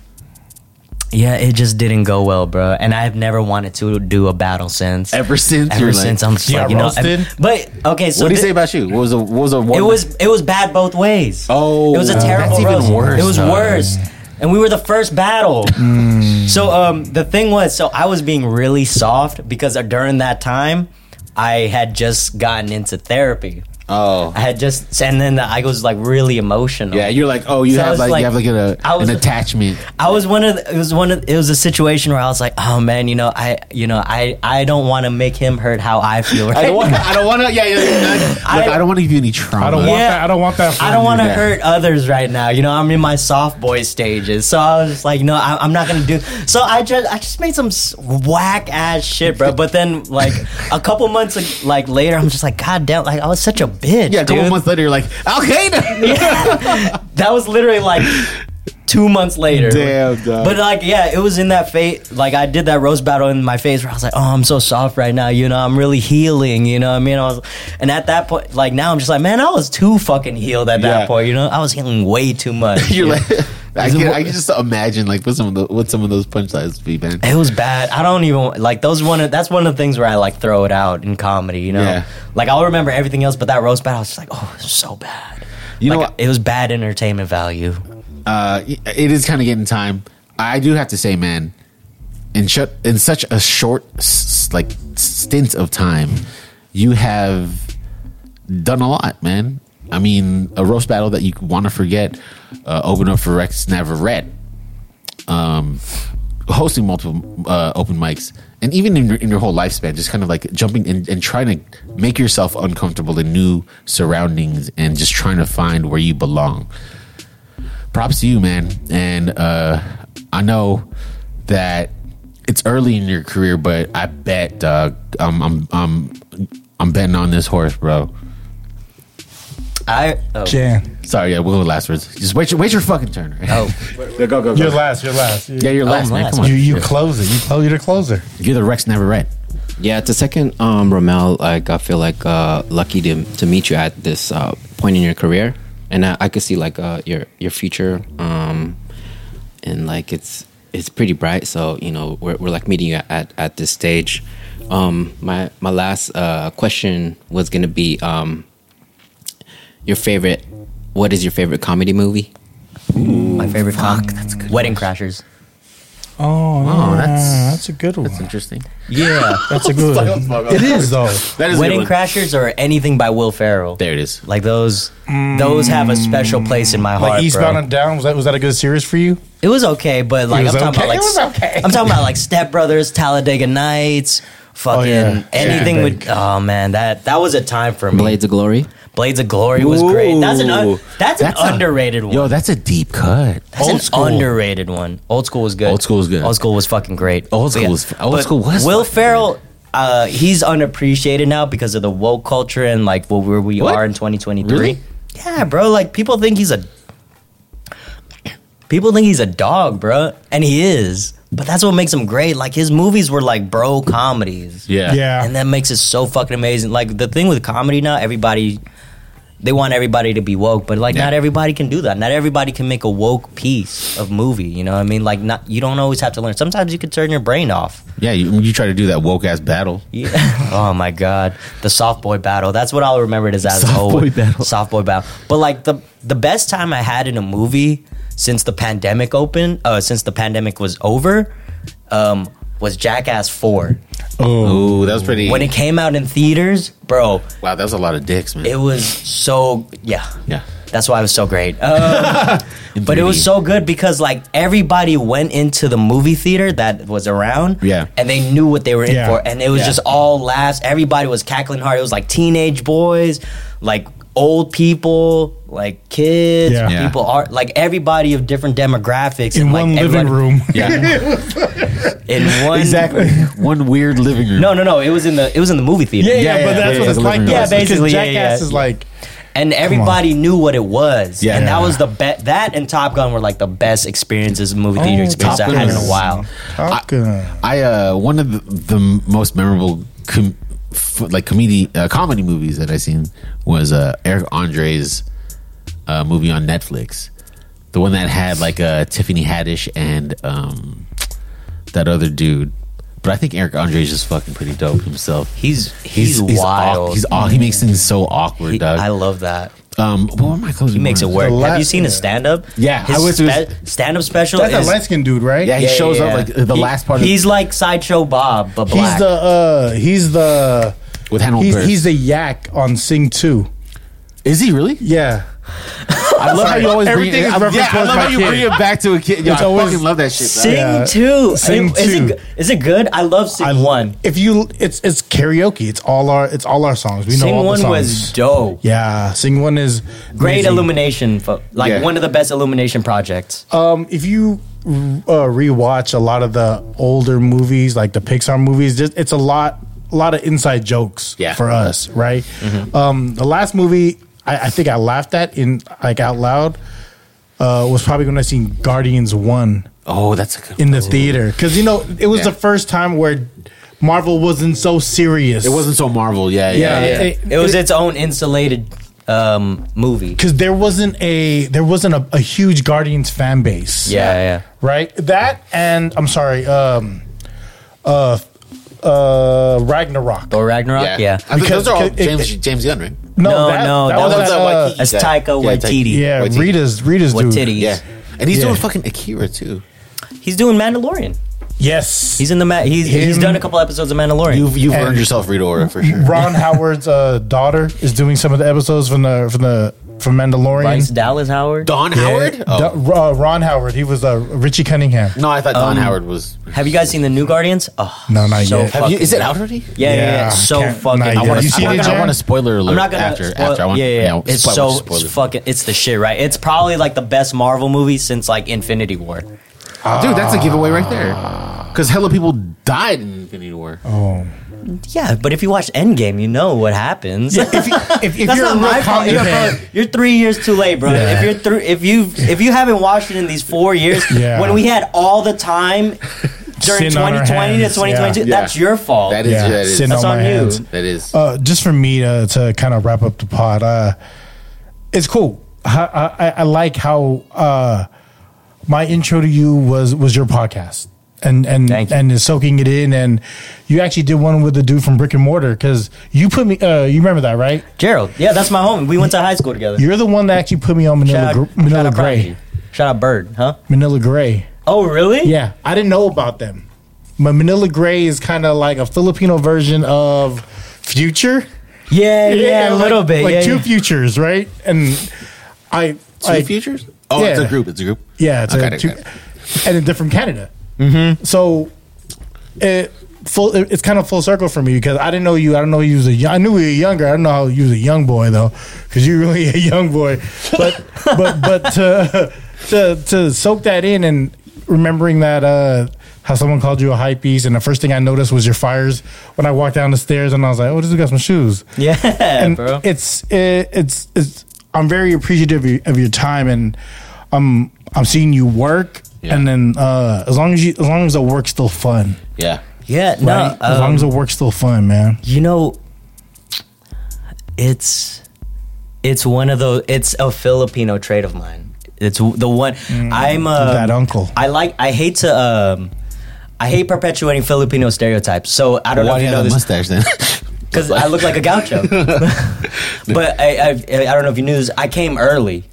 C: yeah, it just didn't go well, bro. And I've never wanted to do a battle since.
B: Ever since,
C: Ever
B: you're like-
C: since I'm just
A: You
C: like,
A: got
C: you know,
A: roasted?
C: but okay, so
B: what do you
C: thi-
B: say about you? What was a what was a one
C: it was it was bad both ways.
B: Oh,
C: it was a
B: that's
C: terrible.
B: even
C: roast.
B: worse,
C: It was
B: huh?
C: worse, and we were the first battle.
B: Hmm.
C: So um, the thing was, so I was being really soft because uh, during that time, I had just gotten into therapy.
B: oh
C: I had just, and then I was like really emotional.
B: yeah. You're like, oh, you
C: So I
B: have
C: was
B: like,
C: like-
B: you have like an,
C: I
B: a,
C: was-
B: an attachment.
C: I was one of the, it was one of it was a situation where I was like, oh man, you know, I you know, I I don't want to make him hurt how I feel. Right?
B: I don't want. I don't want to. Yeah, yeah, yeah. Look,
C: I-
B: I don't want to give you any trauma.
A: i don't want
C: Yeah.
A: that i don't want that
C: I
A: from
C: don't
A: you.
C: want to
B: Yeah.
C: hurt others right now. You know, I'm in my soft boy stages, so I was just like, no, I, I'm not gonna do. So I just, I just made some whack ass shit, bro. But then, like a couple months like, like later, I'm just like, god damn, like I was such a bitch.
B: Yeah, a couple
C: dude.
B: months later, you're like, Al Qaeda.
C: that was literally like two months later.
B: Damn, dog.
C: But like, yeah, it was in that phase. Like, I did that roast battle in my face where I was like, "Oh, I'm so soft right now. You know, I'm really healing. You know, what I mean, I was." And at that point, like now, I'm just like, man, I was too fucking healed at that
B: Yeah.
C: point. You know, I was healing way too much.
B: You're
C: you
B: like,
C: know?
B: I
C: Is it
B: can,
C: wo-
B: I can just imagine like what some of the, what some of those punchlines would be, man.
C: It was bad. I don't even like those one. Of, that's one of the things where I like throw it out in comedy. You know,
B: Yeah.
C: like I'll remember everything else, but that roast battle, I was just like, oh, it was so bad.
B: You know
C: like,
B: what-
C: it was bad entertainment value.
B: Uh, it is kind of getting time. I do have to say, man, in shut in such a short s- like stint of time, you have done a lot, man. I mean, a roast battle that you want to forget. Uh, open up for Rex Navarrete. Um, hosting multiple uh, open mics, and even in your, in your whole lifespan, just kind of like jumping and, and trying to make yourself uncomfortable in new surroundings, and just trying to find where you belong props to you, man. And uh, I know that it's early in your career, but I bet, dog, I'm, I'm, I'm, I'm betting on this horse, bro.
C: I oh,
A: Jan,
B: Sorry, yeah, we'll go last words. Just wait your, wait your fucking turn.
C: oh
B: go, go, go.
A: you're last. You're last.
B: yeah, you're last, man.
C: last.
B: Come on.
A: You you
B: Yeah.
A: close it. You close. You're the closer.
B: You're the Rex Never Red.
D: Yeah, the second um, Romel, like I feel like uh, lucky to to meet you at this uh, point in your career, and I, I could see like uh, your your future, um, and like it's it's pretty bright. So you know we're we're like meeting you at at this stage. Um, my my last uh, question was gonna be um, your favorite. What is your favorite comedy movie?
C: my favorite fuck, that's good. Wedding Crashers.
A: Oh, yeah,
B: that's-
A: that's a good one.
B: Interesting.
C: Yeah,
A: That's a good one. It is though.
B: That is a good
C: Wedding
B: one.
C: Crashers or anything by Will Ferrell.
B: There it is.
C: Like those, those have a special place in my heart.
A: Like Eastbound
C: bro.
A: and Down was that was that a good series for you?
C: It was okay, but like
A: was
C: I'm talking
A: okay?
C: about
A: It
C: like
A: was okay.
C: I'm talking about like Step Brothers, Talladega Nights, fucking
A: yeah.
C: anything
A: Yeah.
C: with oh man, that that was a time for me.
D: Blades of Glory.
C: Blades of Glory was great. That's an un-
B: Ooh.
C: that's, an
B: a-
C: underrated one.
B: Yo, that's a deep cut.
C: that's an underrated one. Old school was good.
B: Old School was good.
C: Old school was fucking great.
B: Old School was- Old
C: but
B: School was
C: Will
B: fucking
C: Ferrell. Uh, he's unappreciated now because of the woke culture and like what where we
B: What?
C: are in 2023.
B: Really?
C: Yeah, bro. Like people think he's a people think he's a dog, bro, and he is. But that's what makes him great. Like his movies were like bro comedies.
B: Yeah.
A: Yeah.
C: And that makes it so fucking amazing. Like the thing with comedy now, everybody they want everybody to be woke, but like
B: Yeah.
C: not everybody can do that. Not everybody can make a woke piece of movie. You know what I mean? Like not you don't always have to learn. Sometimes you can turn your brain off.
B: Yeah, you, you try to do that woke ass battle.
C: Yeah. oh my god, the soft boy battle. That's what I'll remember it as. as
B: Soft boy
C: always.
B: battle.
C: Soft boy battle. But like the the best time I had in a movie since the pandemic opened, uh, since the pandemic was over, um, was Jackass Four.
A: Oh,
B: Ooh, that was pretty.
C: When it came out in theaters, bro,
B: wow, that was a lot of dicks, man.
C: it was so yeah.
B: yeah.
C: That's why it was so great. Um, but it was so good because like everybody went into the movie theater that was around,
B: Yeah.
C: and they knew what they were in
A: Yeah.
C: for, and it was
B: Yeah.
C: just all laughs. Everybody was cackling hard. It was like teenage boys, like old people, like kids,
A: Yeah.
B: Yeah.
C: people are like everybody of different demographics
A: in
C: and, like,
A: one living
C: everybody-
A: room.
B: Yeah.
C: In one
B: exactly. One weird living room.
C: No, no, no. It was in the it was in the movie theater.
A: Yeah, yeah,
B: yeah,
A: but that's
B: yeah,
A: what it's
B: yeah,
A: like.
B: yeah,
A: though, because
C: basically, yeah,
A: Jackass
C: yeah.
A: is like
C: and everybody knew what it was.
B: Yeah.
C: and that
A: Yeah.
C: was the best. That and Top Gun were like the best experiences, movie theater
A: Oh,
C: experience
B: Top
C: I had in
B: Gun
C: a
B: is-
C: while.
A: Top Gun.
B: I uh, one of the, the most memorable com- f- like comedy uh, comedy movies that I seen was uh, Eric Andre's uh, movie on Netflix, the one that had like uh, Tiffany Haddish and um, that other dude. But I think Eric Andre's just fucking pretty dope himself.
C: He's he's,
B: he's
C: wild.
B: aw- he's aw- he makes things so awkward,
C: He-
B: Doug.
C: I love that.
B: um, what am I calling
C: He makes it work.
A: The
C: Have you
A: last-
C: seen his stand up?
B: Yeah,
C: his
B: I went to his-
C: stand up special.
A: That's
C: is,
A: that light skinned dude, right?
B: Yeah, he
C: Yeah,
B: shows
C: yeah,
B: up like
C: yeah.
B: the last part.
C: He's like sideshow Bob, but black.
A: He's the uh he's the
B: With Hannibal
A: he's,
B: Buress.
A: he's the yak on Sing 2.
B: of, is he really?
A: Yeah.
B: I love how you always bring
A: Everything
B: it.
A: is
B: I,
A: referenced
B: yeah, I
A: towards
B: love
A: my
B: how you
A: kid.
B: bring it back to a kid. Yo,
A: It's
B: I
A: always-
B: fucking love that shit. dog.
C: Sing
A: Yeah.
C: two.
A: Sing
C: is, It,
A: Two.
C: go- is it good? I love Sing one.
A: If you it's it's karaoke. It's all our it's all our songs. We know
C: Sing
A: all the
C: one
A: songs.
C: was dope.
A: yeah, Sing one is
C: Great
A: amazing.
C: illumination, fo- like
B: Yeah.
C: one of the best illumination projects.
A: Um, if you uh, rewatch a lot of the older movies, like the Pixar movies, just, it's a lot, a lot of inside jokes
B: Yeah.
A: for us, right?
C: Mm-hmm.
A: Um, the last movie I, I think I laughed at in like out loud uh, was probably when I seen Guardians One
B: Oh, that's a good.
A: in the theater because you know it was the
B: Yeah.
A: first time where Marvel wasn't so serious.
B: It wasn't so Marvel. Yeah, yeah.
A: Yeah.
B: yeah.
A: it-
C: it was its own insulated um, movie.
A: because there wasn't a there wasn't a, a huge Guardians fan base.
C: Yeah, yeah.
A: right? That and I'm sorry, um, uh, uh, Ragnarok.
C: Thor Ragnarok. Yeah.
B: I think
A: Because-
B: those are all
A: it-
B: James James Gunn, right?
C: No, no, that was,
A: at,
C: uh,
A: uh,
C: That's Taika Waititi.
A: yeah,
B: Waititi.
A: Rita's Rita's
C: What
A: dude.
C: titties?
B: Yeah, and he's
A: Yeah.
B: doing fucking Akira too.
C: He's doing Mandalorian.
A: Yes,
C: He's in the Ma- he's he's
A: Him-
C: done a couple episodes of Mandalorian.
B: You've you've
A: And-
B: earned yourself Rita Ora for sure.
A: Ron Howard's uh, daughter is doing some of the episodes from the from the from Mandalorian.
C: Bryce Dallas Howard.
B: Don
A: Yeah.
B: Howard. Oh.
A: Do- uh, Ron Howard. He was uh, Richie Cunningham.
B: no, I thought Don Howard was.
C: Have you guys seen the new Guardians? Oh,
A: No, not
C: so
A: yet.
B: Have you,
C: fucking
B: is it
C: good.
B: out already?
C: Yeah, yeah, yeah.
A: Yeah,
C: It's so
A: can't-
C: fucking.
A: not yet.
B: I want
A: You
B: to.
A: seen
B: I,
A: it,
B: want- I
A: Jan?
B: want a spoiler alert.
C: I'm not gonna.
B: after
C: spoil-
B: after I want.
C: yeah, yeah.
B: I want
C: it's
B: spoil-
C: so
B: spoiler.
C: it's fucking. It's the shit, right? It's probably like the best Marvel movie since like Infinity War.
B: Dude, that's a giveaway right there. Because hella people died in Infinity War.
A: Oh.
C: Yeah, but if you watch Endgame, you know what happens.
A: If, you, if, if
C: That's
A: you're a
C: not
A: real
C: my fault.
A: comic
C: You're,
A: fan,
C: probably- you're three years too late, bro.
A: Yeah.
C: If you're through, if you if you haven't watched it in these four years,
A: Yeah.
C: when we had all the time during
A: Sitting on our
C: 2020 to
A: hands,
C: 2022,
B: yeah.
C: that's your fault.
B: That is,
A: yeah,
B: that is,
A: sitting
C: That's
A: on my
C: on you.
A: hands.
B: that is.
A: Uh, just for me to, to kind of wrap up the pod, uh, it's cool. I, I, I like how uh, my intro to you was was your podcast and and
C: Thank you.
A: and is soaking it in, and you actually did one with the dude from Brick and Mortar because you put me. Uh, you remember that, right?
C: Gerald, yeah, that's my homie. We went to high school together.
A: You're the one that actually put me on Manila Gr- Manila Gray.
C: Prodigy. Shout out Bird, huh?
A: Manila Gray.
C: Oh, really?
A: Yeah, I didn't know about them. But Manila Gray is kind of like a Filipino version of Future.
C: yeah, yeah, a
A: like-
C: little bit.
A: Like
C: yeah,
A: two
C: yeah.
A: futures, right? And I two
B: futures? Oh, it's
A: Yeah.
B: a group. It's a group.
A: Yeah, it's
B: Okay,
A: a, two,
B: okay.
A: and a different Canada. Mm-hmm. So it full. It's kind of full circle for me because I didn't know you. I don't know you was a. young- I knew you were younger. I don't know how you was a young boy though, because you're really a young boy. But but but to to to soak that in and remembering that. uh how someone called you a hype piece, and the first thing I noticed was your fires when I walked down the stairs, and I was like, "Oh, this dude got some shoes."
C: yeah,
A: and
C: bro.
A: it's it, it's it's I'm very appreciative of your, of your time and I'm I'm seeing you work
B: Yeah.
A: and then uh as long as you as long as the work's still fun
B: Yeah.
C: yeah, no.
A: right as long
C: um,
A: as the work's still fun man
C: you know it's it's one of those it's a filipino trait of mine it's w- the one i'm a
A: Mm, that uncle.
C: i like i hate to um i hate perpetuating filipino stereotypes so i don't know
B: Why
C: if
B: do
C: you
B: you
C: know
B: have a
C: this
B: mustache then?
C: because i look like a gaucho but I, I i don't know if you knew this i came early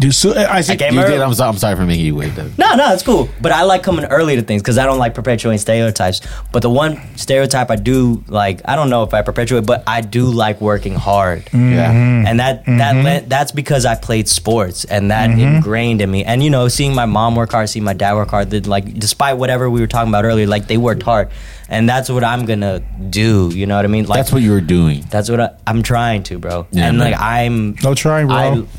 A: Dude, so, uh, I, see,
C: i came
B: You
C: early
B: did. I'm, so, I'm sorry for making you wait, though.
C: no, no, it's cool. But I like coming early to things because I don't like perpetuating stereotypes. But the one stereotype I do like, I don't know if I perpetuate, but I do like working hard.
A: Mm. Mm-hmm.
B: Yeah.
C: and that that
B: Mm-hmm.
C: le- that's because I played sports, and that ingrained in me. And you know, seeing my mom work hard, seeing my dad work hard, that like despite whatever we were talking about earlier, like they worked hard, and that's what I'm gonna do. You know what I mean? Like
B: That's what you were doing.
C: that's what I, I'm trying to, bro.
B: Yeah,
C: and
B: man.
C: like I'm
A: No trying, bro.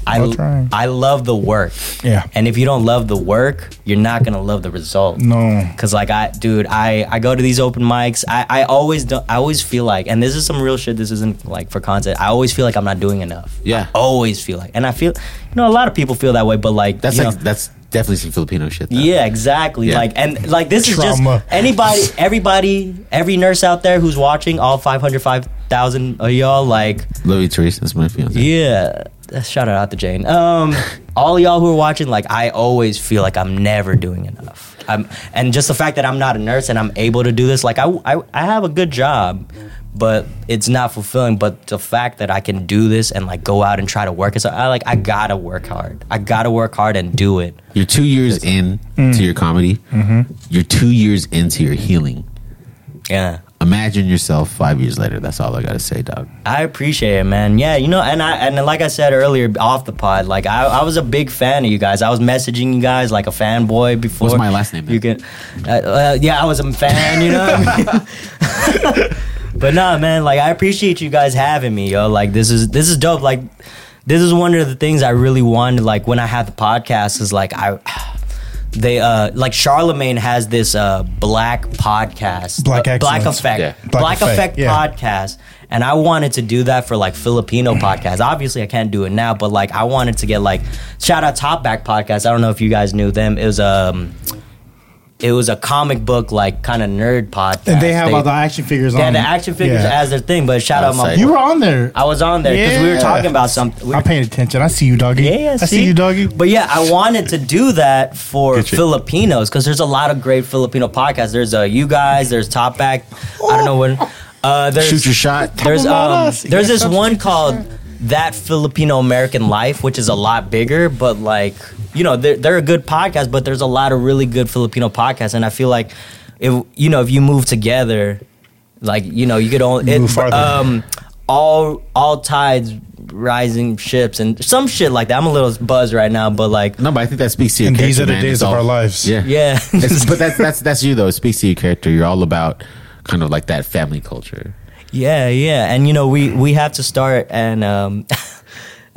C: I I,
A: No trying.
C: I love the work.
A: Yeah.
C: And if you don't love the work, you're not gonna love the result.
A: No.
C: Cause like I, dude, I I go to these open mics. I I always do, I always feel like, and this is some real shit. This isn't like for content. I always feel like I'm not doing enough.
B: Yeah.
A: Oh,
C: I always feel like, and I feel, you know, a lot of people feel that way. But like,
B: That's
C: you
B: like
C: know,
B: that's definitely some Filipino shit. Though.
C: yeah, exactly.
B: Yeah.
C: Like and like this
A: Trauma.
C: is just anybody, everybody, every nurse out there who's watching, all 505,000 of y'all, like
B: Love you, Teresa. That's my fiance.
C: yeah. Shout out to Jane. Um, all y'all who are watching, like I always feel like I'm never doing enough. I'm, and just the fact that I'm not a nurse and I'm able to do this, like I, I, I have a good job, but it's not fulfilling. But the fact that I can do this and like go out and try to work, it's I like I gotta work hard. I gotta work hard and do it.
B: You're two years in
A: Mm.
B: to your comedy.
A: Mm-hmm.
B: You're two years into your healing.
C: Yeah.
B: Imagine yourself five years later. That's all I gotta say, dog.
C: I appreciate it, man. Yeah, you know, and I and like I said earlier off the pod, like I, I was a big fan of you guys. I was messaging you guys like a fanboy before.
B: What's my last name, man?
C: You can, uh, uh, yeah, I was a fan, you know. what I mean? but nah, man, like I appreciate you guys having me, yo. Like this is this is dope. Like this is one of the things I really wanted. Like when I had the podcast, is like I. They uh like Charlemagne has this uh black podcast
A: Black
C: uh, black
A: Excellence.
C: effect
B: Yeah.
A: Black
C: black,
A: Effect,
C: effect,
A: yeah.
C: podcast podcast and I wanted to do that for like Filipino podcasts. Obviously I can't do it now, but like I wanted to get like shout out Top Back Podcast. I don't know if you guys knew them. It was um it was a comic book like kind of nerd podcast.
A: and they have all the action figures
C: they
A: on
C: had the action figures
A: Yeah.
C: as their thing, but shout out my
B: Outside.
A: you were on there
C: I was on there because we were
A: Yeah.
C: talking about something. We
A: I'm paying attention I see you doggy
C: yeah, yeah,
A: I see you doggy
C: But yeah, I wanted to do that for Filipinos because there's a lot of great Filipino podcasts. There's uh, you guys. There's Top Back. I don't know what. Uh, there's,
B: Shoot your shot.
C: There's
A: about
C: um,
A: us.
C: there's
A: Yeah,
C: this
A: stop
C: one called That Filipino American Life, which is a lot bigger, but like you know they're they're a good podcast, but there's a lot of really good Filipino podcasts, and I feel like if you know if you move together, like you know you could only
A: Move farther.
C: um all all tides rising ships and some shit like that. I'm a little buzzed right now, but like
B: No, but I think that speaks to your
A: And
B: character.
A: these are the
B: man.
A: days
B: It's
A: of our lives.
B: Yeah.
C: yeah.
B: It's- but that's that's that's you though. It speaks to your character. You're all about kind of like that family culture.
C: Yeah, yeah, and you know we we have to start and um,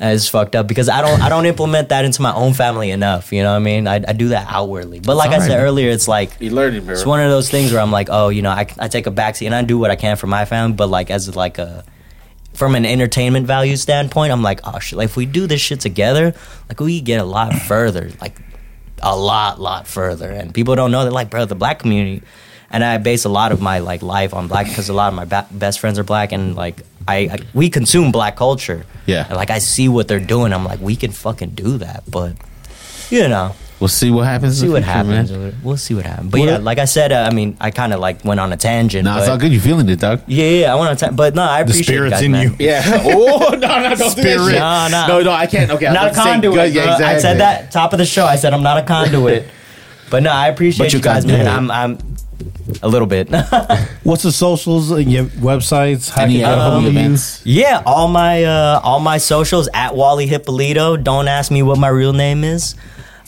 C: It's fucked up because I don't I don't implement that into my own family enough. You know what I mean? I, I do that outwardly, but like I
B: alright,
C: said
B: man.
C: earlier, it's like
B: You learning, bro.
C: it's one of those things where I'm like, oh, you know, I, I take a backseat and I do what I can for my family, but like as like a from an entertainment value standpoint, I'm like, oh shit, like if we do this shit together, like we get a lot further, like a lot, lot further. And people don't know that, like, bro, the black community, and I base a lot of my like life on black because a lot of my ba- best friends are black, and like I, I we consume black culture.
B: Yeah.
C: And, like I see what they're doing. I'm like, we can fucking do that, but you know
B: We'll see what happens.
C: see
B: in the
C: what
B: future,
C: happens.
B: Man.
C: with it. We'll see what happens. But yeah, like I said, uh, I mean, I kind of like went on a tangent.
B: Nah, it's
C: but-
B: all good. You feeling it, dog?
C: Yeah, yeah, yeah, I went on a tangent, but no, I
A: The
C: appreciate
A: spirit's
C: you guys,
A: in
C: man.
A: you.
B: Yeah. Oh no, no, don't do that
A: Spirit.
B: shit.
C: No, no.
B: no, no. I can't. Okay, I
C: Not a
B: was about to say,
C: conduit.
B: good, yeah,
C: bro. I
B: exactly.
C: said that top of the show. I said I'm not a conduit. but no, I appreciate
B: But
C: you
B: you can
C: guys,
B: do
C: man.
B: it.
C: I'm, I'm a little bit.
A: What's the socials and your websites? How
B: Any
A: can I get a
B: upcoming
A: hold of you?
B: events?
C: yeah, all my uh, all my socials at Wally Hippolito. Don't ask me what my real name is.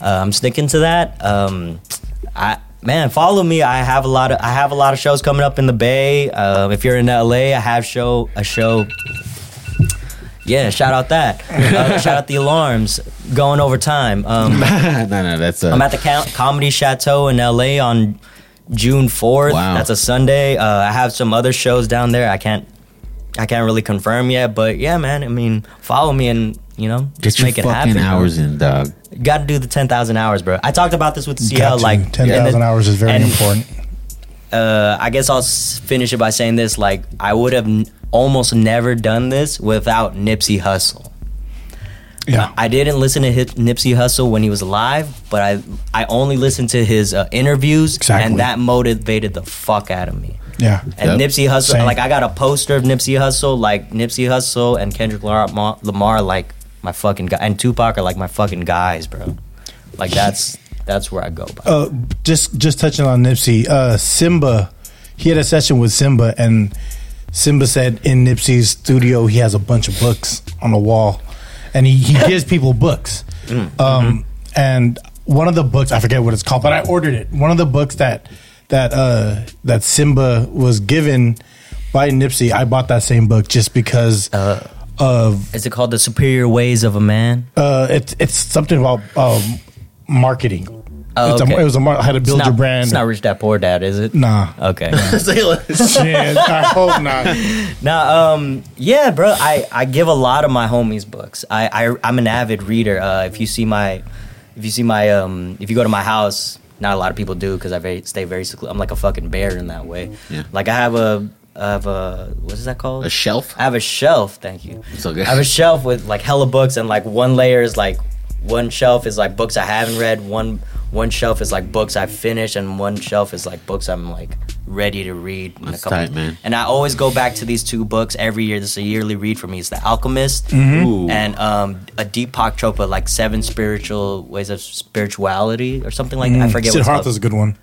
C: Uh, I'm sticking to that. Um, I man, follow me. I have a lot of I have a lot of shows coming up in the Bay. Uh, if you're in LA, I have show a show Yeah, shout out that. Uh, shout out the alarms going over time. Um,
B: no, no, that's uh,
C: I'm at the Com- Comedy Chateau in LA on June 4th.
B: Wow.
C: That's a Sunday. Uh, I have some other shows down there. I can't I can't really confirm yet, but yeah, man. I mean, follow me and you know,
B: get
C: just
B: your
C: make it
B: fucking
C: happen.
B: hours in, dog.
C: Got to do the ten thousand hours, bro. I talked about this with CL.
A: Got you.
C: Like
A: ten thousand
C: and the-
A: hours is very
C: and-
A: important.
C: uh, I guess I'll s- finish it by saying this: like I would have n- almost never done this without Nipsey Hussle.
A: Yeah.
C: I didn't listen to his, Nipsey Hussle when he was alive, but I I only listened to his uh, interviews,
A: Exactly.
C: and that motivated the fuck out of me.
A: Yeah.
C: And
B: Yep.
C: Nipsey Hussle,
A: Same.
C: like I got a poster of Nipsey Hussle, like Nipsey Hussle and Kendrick Lamar, Lamar like my fucking guy, and Tupac are like my fucking guys, bro. Like that's that's where I go. By.
A: Uh, just just touching on Nipsey, uh, Simba, he had a session with Simba, and Simba said in Nipsey's studio he has a bunch of books on the wall, and he, he gives people books.
C: Mm.
A: Um, and one of the books I forget what it's called, but I ordered it. One of the books that that uh, that Simba was given by Nipsey, I bought that same book just because
C: Uh.
A: of
C: Is it called the Superior Ways of a Man?
A: uh, it's it's something about um, marketing.
C: Oh,
A: It's a-
C: okay.
A: it was a mar- how to build
C: it's not,
A: your brand.
C: It's not Rich Dad Poor Dad, is it?
A: Nah.
C: Okay.
A: Shit, I
C: Oh,
A: hope not.
C: now, um, yeah, bro, I, I give a lot of my homies books. I, I I'm an avid reader. Uh, if you see my, if you see my, um, if you go to my house, not a lot of people do because I very, stay very secluded. I'm like a fucking bear in that way.
B: Yeah.
C: Like I have a, I have a, what is that called?
B: A shelf.
C: I have a shelf. Thank you.
B: It's okay.
C: I have a shelf with like hella books, and like one layer is like one shelf is like books I haven't read. One one shelf is like books I finished, and one shelf is like books I'm like ready to read. in a
B: That's
C: couple-
B: tight, man.
C: And I always go back to these two books every year. This is a yearly read for me. It's The Alchemist
A: Mm-hmm.
B: Ooh.
C: and um, a Deepak Chopra, like Seven Spiritual Ways of Spirituality or something like
A: Mm.
C: that. I forget. what
A: Siddhartha's
C: it's
A: a good one.
C: called.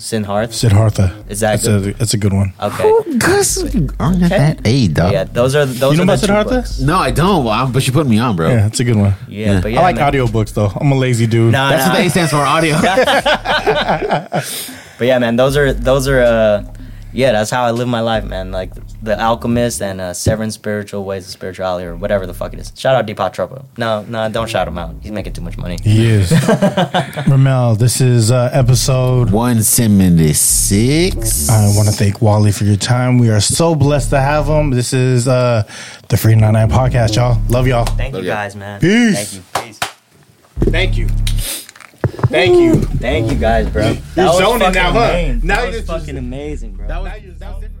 C: Siddharth.
A: Siddhartha.
C: Is that
A: that's a that's a good one.
C: Okay.
B: Gus, I'm at that A, dog.
C: Yeah, those are those
A: You know
C: are the
A: about
C: two
A: Siddhartha?
C: books.
B: No, I don't. Well, I'm, but you put me on, bro.
A: Yeah, that's a good one.
C: Yeah, but yeah,
A: I like
C: man.
A: audiobooks though. I'm a lazy dude.
C: Nah,
B: That's
C: nah.
B: what the A stands for, audio.
C: But yeah, man, those are those are uh yeah, that's how I live my life, man. Like the alchemist and uh seven spiritual ways of spirituality or whatever the fuck it is. Shout out Deepak Chopra. No, no, don't shout him out. He's making too much money.
A: He is. Ramel, this is uh, episode.
B: One seventy six.
A: I want to thank Wally for your time. We are so blessed to have him. This is uh, the Free 99 podcast, y'all. Love y'all.
C: Thank you
B: ya.
C: guys, man.
A: Peace.
C: Thank you. Peace.
A: Thank you. Thank you.
C: Thank you guys, bro. That
A: You're
C: was
A: zoning
C: fucking
A: now, huh?
C: amazing.
A: Now
C: that
A: you're just-
C: was fucking amazing, bro.
B: was, that was